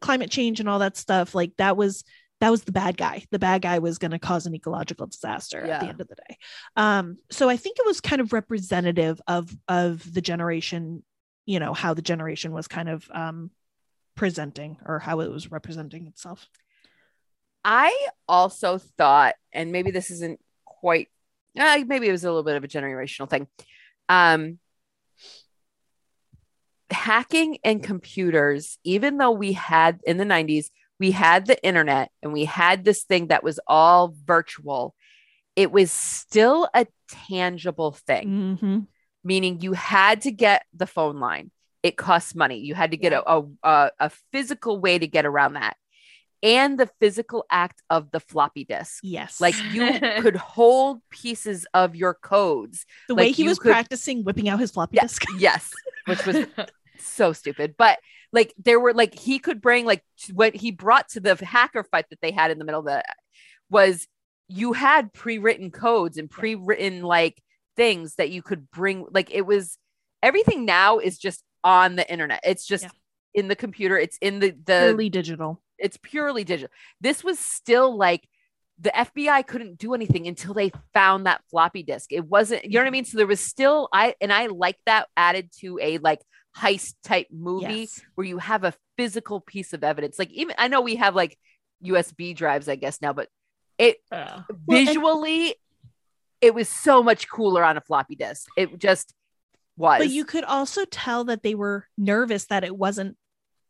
[SPEAKER 2] climate change and all that stuff, like that was that was the bad guy. The bad guy was going to cause an ecological disaster at the
[SPEAKER 3] Yeah.
[SPEAKER 2] end of the day. Um, so I think it was kind of representative of of the generation, you know, how the generation was kind of um, presenting or how it was representing itself.
[SPEAKER 3] I also thought, and maybe this isn't quite, uh, maybe it was a little bit of a generational thing. Um, hacking and computers, even though we had in the 90s, we had the internet and we had this thing that was all virtual, it was still a tangible thing
[SPEAKER 2] Mm-hmm.
[SPEAKER 3] meaning you had to get the phone line. It costs money. You had to get a- a, a, a physical way to get around that. And the physical act of the floppy disk.
[SPEAKER 2] Yes,
[SPEAKER 3] Like you could hold pieces of your codes.
[SPEAKER 2] the
[SPEAKER 3] like
[SPEAKER 2] way he
[SPEAKER 3] you
[SPEAKER 2] was
[SPEAKER 3] could-
[SPEAKER 2] practicing whipping out his floppy
[SPEAKER 3] Yeah.
[SPEAKER 2] disk.
[SPEAKER 3] Yes. Which was so stupid. But like there were like he could bring like t- what he brought to the hacker fight that they had in the middle of the was you had pre-written codes and pre-written like things that you could bring like it was everything now is just on the internet. It's just
[SPEAKER 2] Yeah.
[SPEAKER 3] in the computer. It's in the the
[SPEAKER 2] Purely digital.
[SPEAKER 3] it's purely digital. This was still like the FBI couldn't do anything until they found that floppy disk. It wasn't, you know what I mean? So there was still I and I like that added to a like heist type movie
[SPEAKER 2] Yes.
[SPEAKER 3] where you have a physical piece of evidence. Like even I know we have like USB drives, I guess now, but
[SPEAKER 1] Ugh.
[SPEAKER 2] Well, and-
[SPEAKER 3] visually it was so much cooler on a floppy disk. It just was.
[SPEAKER 2] But you could also tell that they were nervous that it wasn't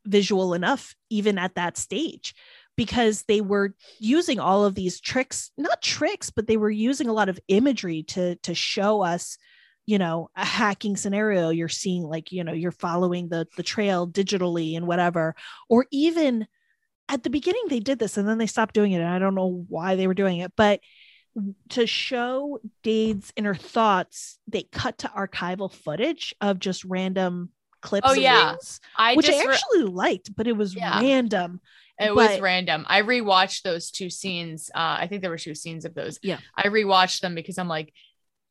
[SPEAKER 2] visual enough, even at that stage, because they were using all of these tricks, not tricks, but they were using a lot of imagery to to show us, you know, a hacking scenario. You're seeing like, you know, you're following the the trail digitally and whatever, or even at the beginning they did this and then they stopped doing it. And I don't know why they were doing it, but to show Dade's inner thoughts, they cut to archival footage of just random clips.
[SPEAKER 1] Oh,
[SPEAKER 2] and
[SPEAKER 1] yeah.
[SPEAKER 2] things,
[SPEAKER 1] I
[SPEAKER 2] which I
[SPEAKER 1] just re-
[SPEAKER 2] actually liked, but it was
[SPEAKER 1] Yeah.
[SPEAKER 2] random.
[SPEAKER 1] It was
[SPEAKER 2] But-
[SPEAKER 1] random. I rewatched those two scenes. Uh, I think there were two scenes of those.
[SPEAKER 2] Yeah.
[SPEAKER 1] I rewatched them because I'm like,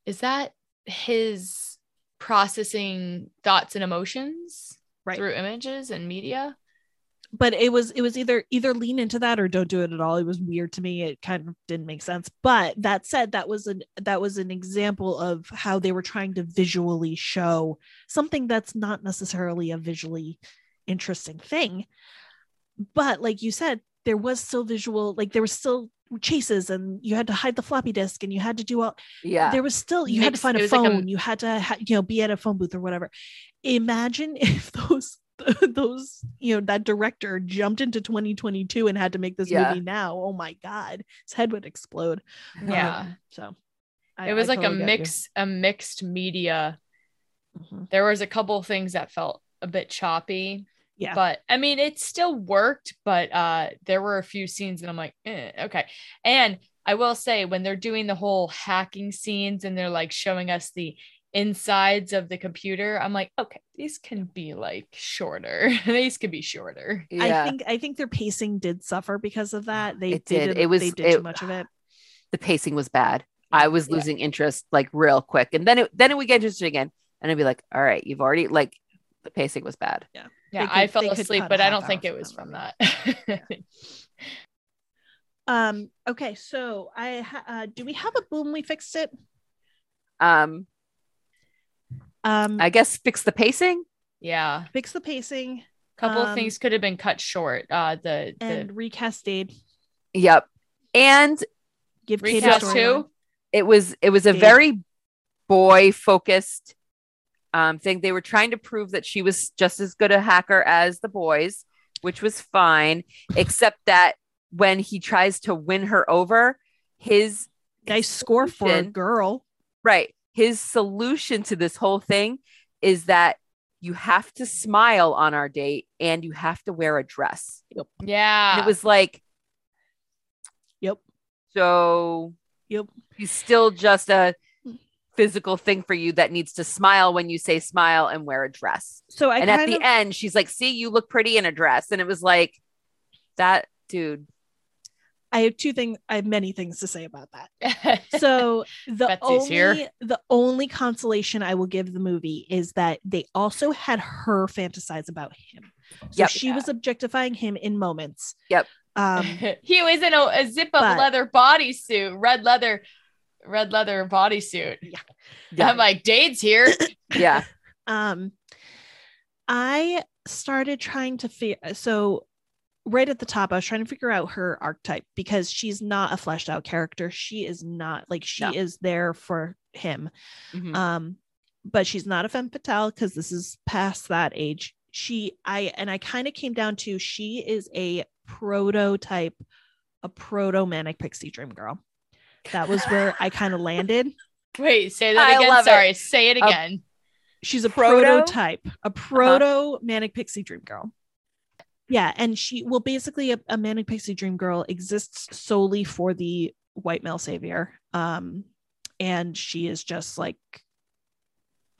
[SPEAKER 1] is that his processing thoughts and emotions
[SPEAKER 2] Right.
[SPEAKER 1] through images and media?
[SPEAKER 2] But it was it was either either lean into that or don't do it at all. It was weird to me. It kind of didn't make sense. But that said, that was an that was an example of how they were trying to visually show something that's not necessarily a visually interesting thing. But like you said, there was still visual, like there was still chases and you had to hide the floppy disk and you had to do all
[SPEAKER 3] yeah.
[SPEAKER 2] there was still you had to
[SPEAKER 1] Mixed-
[SPEAKER 2] find
[SPEAKER 1] it
[SPEAKER 2] a
[SPEAKER 1] was like
[SPEAKER 2] phone
[SPEAKER 1] a-
[SPEAKER 2] you had to ha- you know be at a phone booth or whatever imagine if those those you know that director jumped into 2022 and had to make this
[SPEAKER 3] Yeah.
[SPEAKER 2] movie now oh my god his head would explode
[SPEAKER 1] Yeah.
[SPEAKER 2] Um, so I-
[SPEAKER 1] it was
[SPEAKER 2] I
[SPEAKER 1] like
[SPEAKER 2] totally
[SPEAKER 1] a
[SPEAKER 2] get you.
[SPEAKER 1] mix, a mixed media.
[SPEAKER 2] Mhm.
[SPEAKER 1] There was a couple things that felt a bit choppy.
[SPEAKER 2] Yeah.
[SPEAKER 1] But I mean, it still worked, but uh there were a few scenes that I'm like, eh, okay. And I will say when they're doing the whole hacking scenes and they're like showing us the insides of the computer, I'm like, okay, these can be like shorter. these could be shorter.
[SPEAKER 3] Yeah.
[SPEAKER 2] I think I think their pacing did suffer because of that. They
[SPEAKER 3] It
[SPEAKER 2] they
[SPEAKER 3] did. It was-
[SPEAKER 2] they did
[SPEAKER 3] it-
[SPEAKER 2] too much of it.
[SPEAKER 3] the pacing was bad. I was
[SPEAKER 1] Yeah.
[SPEAKER 3] losing interest like real quick. And then it then it would get interesting again. And I'd be like, all right, you've already like the pacing was bad.
[SPEAKER 1] Yeah,
[SPEAKER 2] could-
[SPEAKER 1] I
[SPEAKER 2] they
[SPEAKER 1] fell
[SPEAKER 2] could
[SPEAKER 1] asleep,
[SPEAKER 2] cut a
[SPEAKER 1] but I
[SPEAKER 2] half
[SPEAKER 1] don't think
[SPEAKER 2] hour
[SPEAKER 1] it was
[SPEAKER 2] from
[SPEAKER 1] from
[SPEAKER 2] that
[SPEAKER 1] that.
[SPEAKER 2] Um. Okay. So I ha- uh, do we have a boom? We fixed it.
[SPEAKER 3] Um,
[SPEAKER 2] Um.
[SPEAKER 3] I guess fix the pacing.
[SPEAKER 1] yeah.
[SPEAKER 2] fix the pacing
[SPEAKER 1] A couple of
[SPEAKER 2] Um,
[SPEAKER 1] things could have been cut short. Uh the
[SPEAKER 2] and
[SPEAKER 1] the
[SPEAKER 2] recast Dade.
[SPEAKER 3] Yep. And
[SPEAKER 2] Give Kate a
[SPEAKER 1] recast
[SPEAKER 2] storyline.
[SPEAKER 1] too.
[SPEAKER 3] it was it was a
[SPEAKER 2] Dave.
[SPEAKER 3] very boy focused um thing. They were trying to prove that she was just as good a hacker as the boys, which was fine, except that when he tries to win her over, his
[SPEAKER 2] Nice score for a
[SPEAKER 3] Solution.
[SPEAKER 2] girl.
[SPEAKER 3] Right. His solution to this whole thing is that you have to smile on our date and you have to wear a dress.
[SPEAKER 1] Yeah.
[SPEAKER 3] And it was like,
[SPEAKER 2] Ah. Yep.
[SPEAKER 3] So,
[SPEAKER 2] Yep.
[SPEAKER 3] he's still just a physical thing for you that needs to smile when you say smile and wear a dress.
[SPEAKER 2] So I
[SPEAKER 3] and
[SPEAKER 2] kind
[SPEAKER 3] at the e-
[SPEAKER 2] of,
[SPEAKER 3] end, she's like, see, you look pretty in a dress. And it was like, that dude.
[SPEAKER 2] I have two things. I have many things to say about that. So the
[SPEAKER 1] Betsy's
[SPEAKER 2] only
[SPEAKER 1] here.
[SPEAKER 2] the only consolation I will give the movie is that they also had her fantasize about him. So
[SPEAKER 3] Yep.
[SPEAKER 2] she was objectifying him in moments.
[SPEAKER 3] Yep.
[SPEAKER 2] Um,
[SPEAKER 1] he was in a, a zip up
[SPEAKER 2] but-
[SPEAKER 1] leather bodysuit, red leather, red leather bodysuit. I'm like, Dade's here.
[SPEAKER 3] yeah.
[SPEAKER 2] um i started trying to figure so right at the top i was trying to figure out her archetype because she's not a fleshed out character she is not like she
[SPEAKER 3] No.
[SPEAKER 2] is there for him
[SPEAKER 3] Mhm.
[SPEAKER 2] um but she's not a femme fatale because this is past that age she i and i kind of came down to she is a prototype a proto manic pixie dream girl that was where i kind of landed
[SPEAKER 1] Wait, say that
[SPEAKER 3] I
[SPEAKER 1] again.
[SPEAKER 3] love it.
[SPEAKER 1] Sorry, say it
[SPEAKER 3] Uh,
[SPEAKER 1] again.
[SPEAKER 2] She's a
[SPEAKER 3] Proto?
[SPEAKER 2] prototype,
[SPEAKER 3] Uh-huh.
[SPEAKER 2] a proto manic pixie dream girl. Yeah, and she well, basically, a, a manic pixie dream girl exists solely for the white male savior, um, and she is just like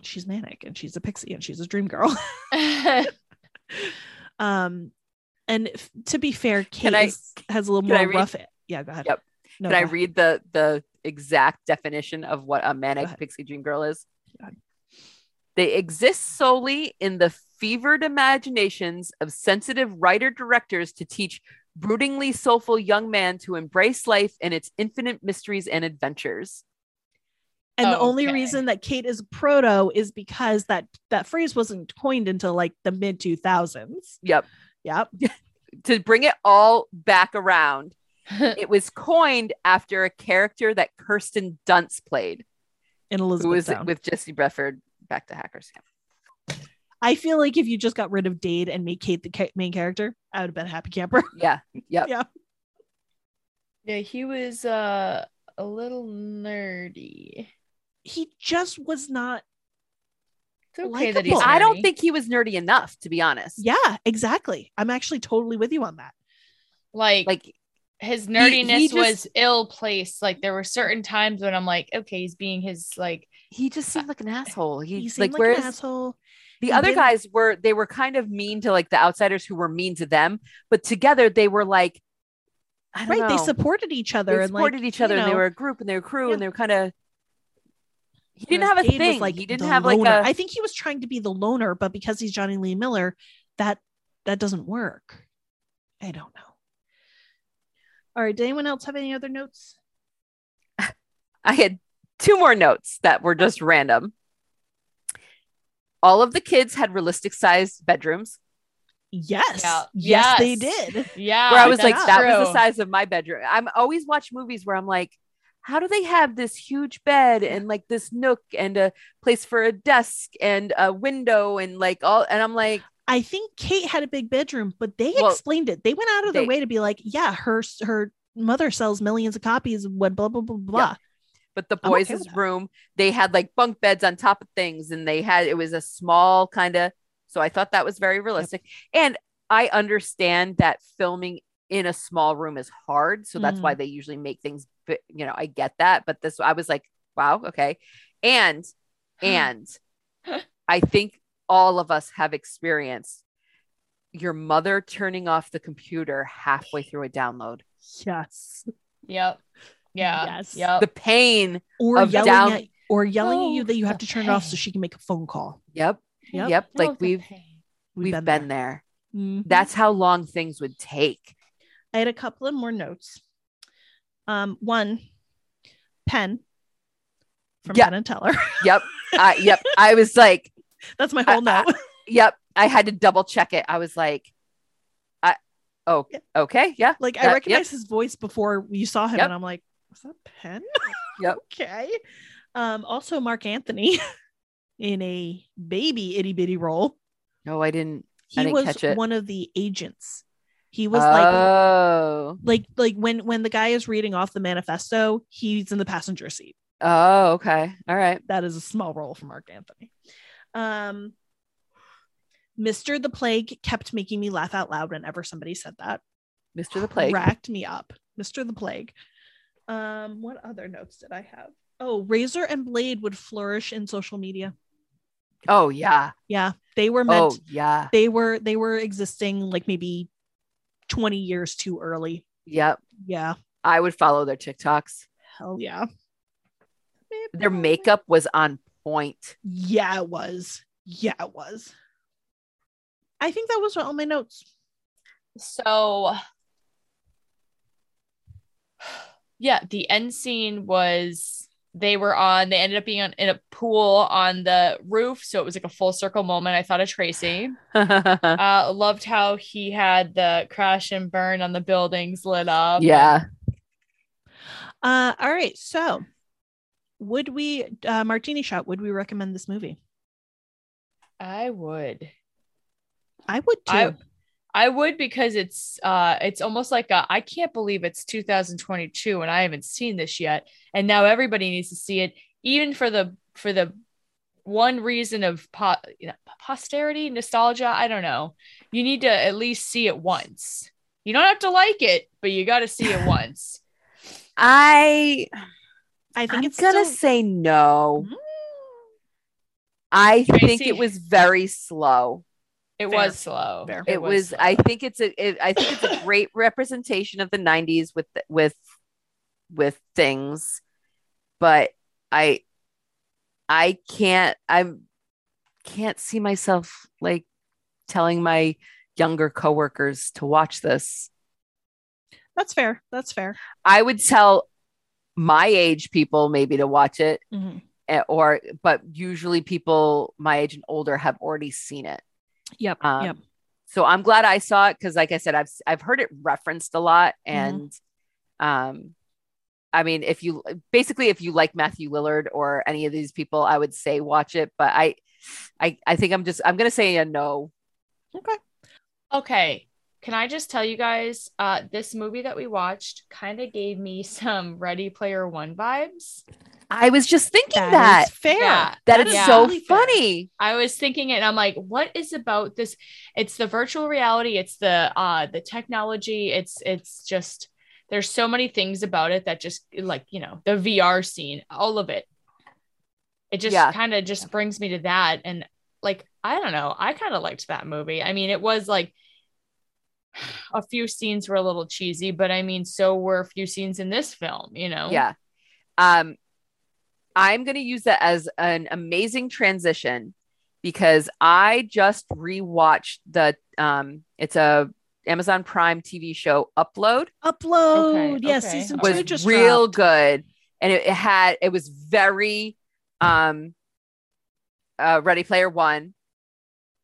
[SPEAKER 2] she's manic and she's a pixie and she's a dream girl. um, and f- to be fair, Kate
[SPEAKER 3] Can I-
[SPEAKER 2] is- has a little
[SPEAKER 3] can I
[SPEAKER 2] more
[SPEAKER 3] read-
[SPEAKER 2] rough. Yeah, go ahead.
[SPEAKER 3] Yep.
[SPEAKER 2] No,
[SPEAKER 3] Can I
[SPEAKER 2] go ahead.
[SPEAKER 3] read the the exact definition of what a manic
[SPEAKER 2] ahead.
[SPEAKER 3] pixie dream girl is?
[SPEAKER 2] Go ahead.
[SPEAKER 3] They exist solely in the fevered imaginations of sensitive writer directors to teach broodingly soulful young man to embrace life and its infinite mysteries and adventures.
[SPEAKER 2] And
[SPEAKER 3] Oh,
[SPEAKER 2] the only
[SPEAKER 1] Okay.
[SPEAKER 2] reason that Kate is proto is because that that phrase wasn't coined until like the mid 2000s.
[SPEAKER 3] Yep.
[SPEAKER 2] Yep.
[SPEAKER 3] To bring it all back around, it was coined after a character that Kirsten Dunst played,
[SPEAKER 2] In
[SPEAKER 3] who was
[SPEAKER 2] Elizabethtown.
[SPEAKER 3] with Jesse Brefford back to Hackers.
[SPEAKER 2] I feel like if you just got rid of Dade and made Kate the ca- main character, I would have been a happy camper.
[SPEAKER 3] Yeah. Yep.
[SPEAKER 2] yeah.
[SPEAKER 1] yeah, he was uh a little nerdy.
[SPEAKER 2] He just was not.
[SPEAKER 1] It's okay that
[SPEAKER 2] Well,
[SPEAKER 1] he's
[SPEAKER 3] I don't
[SPEAKER 1] nerdy.
[SPEAKER 3] think he was nerdy enough, to be honest.
[SPEAKER 2] Yeah, exactly. I'm actually totally with you on that.
[SPEAKER 1] like like
[SPEAKER 3] Like,
[SPEAKER 1] his nerdiness
[SPEAKER 3] just-
[SPEAKER 1] was ill placed. Like there were certain times when I'm like, okay, he's being his like
[SPEAKER 3] he just seemed like an asshole.
[SPEAKER 2] uh, He
[SPEAKER 3] He's
[SPEAKER 2] seemed
[SPEAKER 3] like,
[SPEAKER 2] like,
[SPEAKER 3] whereas
[SPEAKER 2] an asshole.
[SPEAKER 3] the
[SPEAKER 2] He
[SPEAKER 3] other
[SPEAKER 2] didn't-
[SPEAKER 3] guys were, they were kind of mean to like the outsiders who were mean to them, but together they were like, I don't
[SPEAKER 2] Right. They
[SPEAKER 3] know.
[SPEAKER 2] supported each other
[SPEAKER 3] They
[SPEAKER 2] and like,
[SPEAKER 3] supported each other
[SPEAKER 2] you
[SPEAKER 3] and they
[SPEAKER 2] know,
[SPEAKER 3] were a group and they were a crew
[SPEAKER 2] Yeah.
[SPEAKER 3] and they were kind of, he didn't have
[SPEAKER 2] whereas
[SPEAKER 3] a
[SPEAKER 2] Dade was,
[SPEAKER 3] thing. he didn't
[SPEAKER 2] the
[SPEAKER 3] have like
[SPEAKER 2] loner.
[SPEAKER 3] a,
[SPEAKER 2] I think he was trying to be the loner, but because he's Johnny Lee Miller, that that doesn't work. I don't know. All right. Did anyone else have any other notes?
[SPEAKER 3] I had two more notes that were just random. All of the kids had realistic sized bedrooms
[SPEAKER 2] Yes.
[SPEAKER 1] Yeah.
[SPEAKER 2] Yes, they
[SPEAKER 1] Yes.
[SPEAKER 2] did.
[SPEAKER 1] yeah.
[SPEAKER 3] where I was like,
[SPEAKER 2] that's
[SPEAKER 3] that was
[SPEAKER 1] true.
[SPEAKER 3] the size of my bedroom. I'm always watch movies where I'm like, how do they have this huge bed and like this nook and a place for a desk and a window and like all and I'm like,
[SPEAKER 2] I think Kate had a big bedroom, but they
[SPEAKER 3] Well,
[SPEAKER 2] explained it. They went out of
[SPEAKER 3] they-
[SPEAKER 2] their way to be like, yeah, her her mother sells millions of copies of what blah blah blah blah.
[SPEAKER 3] but the
[SPEAKER 2] okay
[SPEAKER 3] boys'
[SPEAKER 2] with that.
[SPEAKER 3] room, they had like bunk beds on top of things and they had it was a small kind of so I thought that was very realistic. And I understand that filming in a small room is hard, so that's
[SPEAKER 2] Mm-hmm.
[SPEAKER 3] why they usually make things bi- you know, I get that, but this I was like, wow, okay. And and I think all of us have experienced your mother turning off the computer halfway through a download.
[SPEAKER 2] Yes.
[SPEAKER 1] Yep. Yeah.
[SPEAKER 2] Yes.
[SPEAKER 1] Yep.
[SPEAKER 3] The pain.
[SPEAKER 2] Or
[SPEAKER 3] Of
[SPEAKER 2] yelling
[SPEAKER 3] down-
[SPEAKER 2] at or yelling at you
[SPEAKER 1] Oh,
[SPEAKER 2] that you have
[SPEAKER 1] the
[SPEAKER 2] to turn it off so
[SPEAKER 1] pain.
[SPEAKER 2] she can make a phone call.
[SPEAKER 3] Yep. Yep.
[SPEAKER 2] Yep.
[SPEAKER 1] No,
[SPEAKER 3] like
[SPEAKER 1] the
[SPEAKER 3] we've
[SPEAKER 1] pain.
[SPEAKER 3] we've been, there.
[SPEAKER 2] Mhm.
[SPEAKER 3] That's how long things would take.
[SPEAKER 2] I had a couple of more notes. Um, one, Penn from
[SPEAKER 3] Yeah.
[SPEAKER 2] Penn and Teller.
[SPEAKER 3] Yep. I yep. I was like,
[SPEAKER 2] That's my whole
[SPEAKER 3] I-
[SPEAKER 2] note.
[SPEAKER 3] yep. I had to double check it. I was like, I oh
[SPEAKER 2] Yeah.
[SPEAKER 3] okay yeah.
[SPEAKER 2] like
[SPEAKER 3] that-
[SPEAKER 2] I
[SPEAKER 3] yep.
[SPEAKER 2] recognize his voice before you saw him,
[SPEAKER 3] Yep.
[SPEAKER 2] and I'm like, was that Penn?
[SPEAKER 3] Yep.
[SPEAKER 2] okay. Um, also Mark Anthony in a baby itty bitty role.
[SPEAKER 3] No, I didn't.
[SPEAKER 2] He
[SPEAKER 3] didn't
[SPEAKER 2] was
[SPEAKER 3] catch it.
[SPEAKER 2] one of the agents. He
[SPEAKER 3] Was
[SPEAKER 2] was like
[SPEAKER 3] oh
[SPEAKER 2] like like when when the guy is reading off the manifesto, he's in the passenger seat.
[SPEAKER 3] oh okay all right.
[SPEAKER 2] That is a small role for Mark Anthony. Um Mr. the Plague kept making me laugh out loud whenever somebody said that.
[SPEAKER 3] Mr. the Plague.
[SPEAKER 2] Racked me up. Mr. the Plague. Um, what other notes did I have? Oh, Razor and Blade would flourish in social media.
[SPEAKER 3] Oh yeah.
[SPEAKER 2] Yeah. They were meant
[SPEAKER 3] Oh yeah.
[SPEAKER 2] they were they were existing like maybe 20 years too early.
[SPEAKER 3] Yep.
[SPEAKER 2] Yeah.
[SPEAKER 3] I would follow their TikToks.
[SPEAKER 2] Hell yeah.
[SPEAKER 3] Their makeup was on point.
[SPEAKER 2] Yeah, it was. Yeah, it was. I think that was all my notes.
[SPEAKER 1] So, yeah, the end scene was they were on, they ended up being on, in a pool on the roof. So it was like a full circle moment. I thought of Tracy.
[SPEAKER 3] yeah.
[SPEAKER 1] Uh, loved how he had the crash and burn on the buildings lit up.
[SPEAKER 2] Uh, all right. So, would we, uh, Martini Shot, would we recommend this movie?
[SPEAKER 1] I would.
[SPEAKER 2] I would too.
[SPEAKER 1] I- I would because it's uh it's almost like I I can't believe it's 2022 and I haven't seen this yet and now everybody needs to see it even for the for the one reason of po- you know, posterity nostalgia I don't know you need to at least see it once you don't have to like it but you got to see it once
[SPEAKER 3] I
[SPEAKER 2] I think
[SPEAKER 3] I'm
[SPEAKER 2] it's
[SPEAKER 3] gonna
[SPEAKER 2] still-
[SPEAKER 3] say no.
[SPEAKER 2] Mm,
[SPEAKER 3] I think
[SPEAKER 1] Tracy.
[SPEAKER 3] it was very slow.
[SPEAKER 1] it
[SPEAKER 2] Fair.
[SPEAKER 1] was slow
[SPEAKER 2] Fair.
[SPEAKER 3] It, was.
[SPEAKER 1] slow.
[SPEAKER 3] I think it's a. It, I think it's a great representation of the '90s with with with things, but I I can't. I can't see myself like telling my younger coworkers to watch this.
[SPEAKER 2] That's fair. That's fair.
[SPEAKER 3] I would tell my age people maybe to watch it,
[SPEAKER 2] Mhm.
[SPEAKER 3] eh, or but usually people my age and older have already seen it.
[SPEAKER 2] Yep.
[SPEAKER 3] Um,
[SPEAKER 2] yep.
[SPEAKER 3] so I'm glad I saw it because, like I said, I've I've heard it referenced a lot, and um, I mean, if you basically if you like Matthew Lillard or any of these people, I would say watch it. But I, I, I think I'm just I'm gonna say a no.
[SPEAKER 2] Okay.
[SPEAKER 1] Okay. Can I just tell you guys, uh, this movie that we watched kind of gave me some Ready Player One vibes.
[SPEAKER 3] I was just thinking that
[SPEAKER 2] that
[SPEAKER 3] that,
[SPEAKER 2] is fair.
[SPEAKER 1] Yeah.
[SPEAKER 3] that is
[SPEAKER 1] Yeah.
[SPEAKER 3] so
[SPEAKER 2] totally fair.
[SPEAKER 3] funny.
[SPEAKER 1] I was thinking it, and I'm like, what is about this? It's the virtual reality, it's the uh the technology, it's it's just there's so many things about it that just like, you know, the VR scene, all of it. It just
[SPEAKER 3] Yeah.
[SPEAKER 1] kind of just brings me to that. And like, I don't know, I kind of liked that movie. I mean, it was like a few scenes were a little cheesy, but I mean, so were a few scenes in this film, you
[SPEAKER 2] Oh.
[SPEAKER 1] know?
[SPEAKER 3] Yeah. Um, I'm going to use that as an amazing transition because I just rewatched the um it's a Amazon Prime TV show Upload
[SPEAKER 2] Upload.
[SPEAKER 1] Okay,
[SPEAKER 2] yes.
[SPEAKER 1] okay.
[SPEAKER 2] Season
[SPEAKER 1] It
[SPEAKER 2] two
[SPEAKER 3] was
[SPEAKER 2] just
[SPEAKER 3] real
[SPEAKER 2] dropped.
[SPEAKER 3] good and it, it had it was very um uh Ready Player 1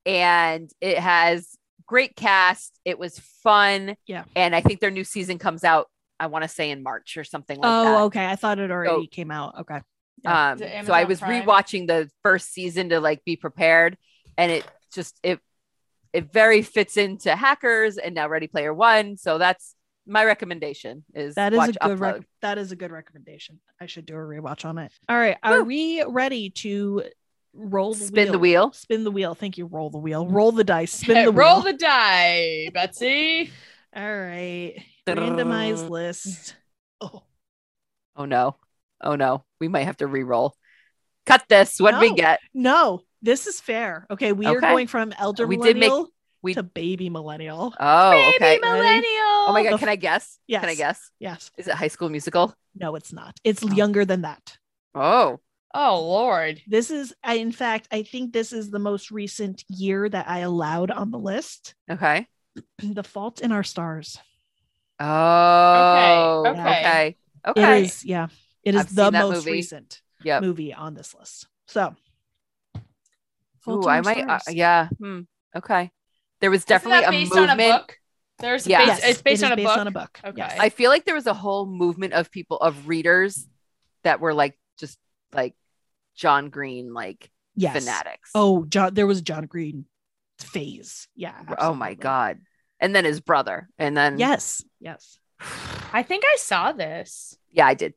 [SPEAKER 3] and it has great cast. It was fun.
[SPEAKER 2] Yeah.
[SPEAKER 3] And I think their new season comes out I want to say in March or something like that.
[SPEAKER 2] Oh, okay. I thought it already came out. Okay. Yeah.
[SPEAKER 3] Um,
[SPEAKER 1] Is it
[SPEAKER 3] so I
[SPEAKER 1] Amazon
[SPEAKER 3] was
[SPEAKER 1] Prime?
[SPEAKER 3] rewatching the first season to like be prepared, and it just it it very fits into Hackers and now Ready Player One. So that's my recommendation is
[SPEAKER 2] That is
[SPEAKER 3] watch
[SPEAKER 2] a good
[SPEAKER 3] Upload.
[SPEAKER 2] rec- that is a good recommendation. I should do a rewatch on it. All right. Are
[SPEAKER 3] Woo.
[SPEAKER 2] we ready to roll the
[SPEAKER 3] Spin the wheel.
[SPEAKER 2] Spin the wheel. Thank you. Roll the wheel. Roll the dice. Spin the
[SPEAKER 1] Roll
[SPEAKER 2] wheel.
[SPEAKER 1] the die, Betsy.
[SPEAKER 2] All right.
[SPEAKER 3] Drrrr.
[SPEAKER 2] Randomized list. Oh.
[SPEAKER 3] Oh no, oh no, we might have to re-roll. Cut this. What we
[SPEAKER 2] No.
[SPEAKER 3] get?
[SPEAKER 2] No, this is fair. Okay, we are
[SPEAKER 3] Okay.
[SPEAKER 2] going from elder
[SPEAKER 3] We did make-
[SPEAKER 2] millennial
[SPEAKER 3] we-
[SPEAKER 2] to baby millennial.
[SPEAKER 3] Oh, okay.
[SPEAKER 1] Baby millennial.
[SPEAKER 3] Oh my
[SPEAKER 2] The
[SPEAKER 3] god,
[SPEAKER 2] f-
[SPEAKER 3] can I guess?
[SPEAKER 2] Yes.
[SPEAKER 3] Can I guess?
[SPEAKER 2] Yes.
[SPEAKER 3] Is it High School Musical?
[SPEAKER 2] No, it's not. It's
[SPEAKER 3] Oh.
[SPEAKER 2] younger than that.
[SPEAKER 3] Oh,
[SPEAKER 1] Oh Lord.
[SPEAKER 2] This is, I, in fact, I think this is the most recent year that I allowed on the list.
[SPEAKER 3] okay.
[SPEAKER 2] The Fault in Our Stars.
[SPEAKER 3] Oh,
[SPEAKER 1] okay.
[SPEAKER 3] okay. Okay.
[SPEAKER 2] It is, yeah, it is
[SPEAKER 3] I've
[SPEAKER 2] the
[SPEAKER 3] seen that
[SPEAKER 2] most
[SPEAKER 3] movie.
[SPEAKER 2] recent
[SPEAKER 3] Yep.
[SPEAKER 2] movie on this list. So,
[SPEAKER 3] Ooh,
[SPEAKER 2] Fault in
[SPEAKER 3] I
[SPEAKER 2] Our
[SPEAKER 3] might. Uh,
[SPEAKER 2] Stars.
[SPEAKER 3] yeah. Hmm. Okay. There was
[SPEAKER 1] Isn't
[SPEAKER 3] definitely
[SPEAKER 1] that
[SPEAKER 3] a
[SPEAKER 1] based
[SPEAKER 3] movement.
[SPEAKER 1] on a book. There's a
[SPEAKER 3] Yeah.
[SPEAKER 1] base,
[SPEAKER 2] Yes,
[SPEAKER 1] it's based,
[SPEAKER 2] it
[SPEAKER 1] on,
[SPEAKER 2] is
[SPEAKER 1] a
[SPEAKER 2] based
[SPEAKER 1] book.
[SPEAKER 2] on a book.
[SPEAKER 1] Okay.
[SPEAKER 2] Yes.
[SPEAKER 3] I feel like there was a whole movement of people of readers that were like just like John Green like
[SPEAKER 2] yes.
[SPEAKER 3] fanatics.
[SPEAKER 2] Oh, John, there was John Green phase. Yeah.
[SPEAKER 3] oh my
[SPEAKER 2] absolutely.
[SPEAKER 3] god! And then his brother, and then
[SPEAKER 2] Yes. Yes.
[SPEAKER 1] I think I saw this.
[SPEAKER 3] yeah, I did.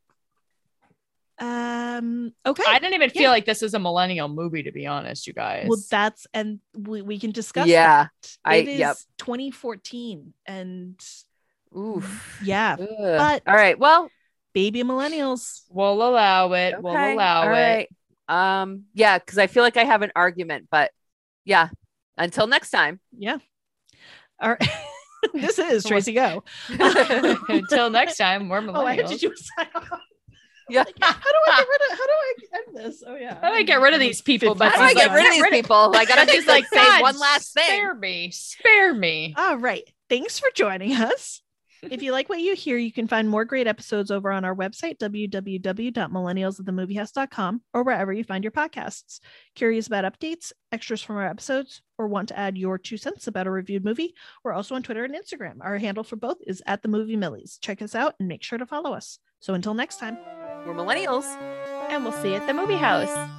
[SPEAKER 2] Um, okay.
[SPEAKER 1] I didn't even feel
[SPEAKER 2] Yeah.
[SPEAKER 1] like this is a millennial movie, to be honest, you guys.
[SPEAKER 2] well, that's and we, we can discuss.
[SPEAKER 3] Yeah.
[SPEAKER 2] that.
[SPEAKER 3] I-
[SPEAKER 2] It is
[SPEAKER 3] yep.
[SPEAKER 2] 2014, and
[SPEAKER 3] Oof.
[SPEAKER 2] yeah,
[SPEAKER 3] Ugh.
[SPEAKER 2] but-
[SPEAKER 3] all right. Well,
[SPEAKER 2] baby millennials.
[SPEAKER 1] we'll allow it. We'll
[SPEAKER 3] okay,
[SPEAKER 1] allow
[SPEAKER 3] all right.
[SPEAKER 1] it.
[SPEAKER 3] Um, yeah, because I feel like I have an argument, but yeah. Until next time.
[SPEAKER 2] Yeah. All right. this is Tracy Go.
[SPEAKER 1] Until next time, we're millennials.
[SPEAKER 2] Oh, I had to do a sign off.
[SPEAKER 3] Yeah.
[SPEAKER 2] Like, how do I get rid of? How do I end this? Oh yeah.
[SPEAKER 1] How do I get rid of these people?
[SPEAKER 2] How
[SPEAKER 1] But
[SPEAKER 3] How do I
[SPEAKER 2] This is
[SPEAKER 1] she's
[SPEAKER 3] get
[SPEAKER 1] like,
[SPEAKER 3] rid of these people? Like, I gotta just like say
[SPEAKER 1] "God,
[SPEAKER 3] one last thing.
[SPEAKER 1] Spare me. Spare me.
[SPEAKER 2] All right. Thanks for joining us. If you like what you hear, you can find more great episodes over on our website, www.millennialsatthemoviehouse.com, or wherever you find your podcasts. Curious about updates, extras from our episodes, or want to add your two cents about a reviewed movie? We're also on Twitter and Instagram. Our handle for both is at the Movie Millies. Check us out and make sure to follow us. So until next time,
[SPEAKER 3] We're millennials.
[SPEAKER 1] And we'll see you at the movie house.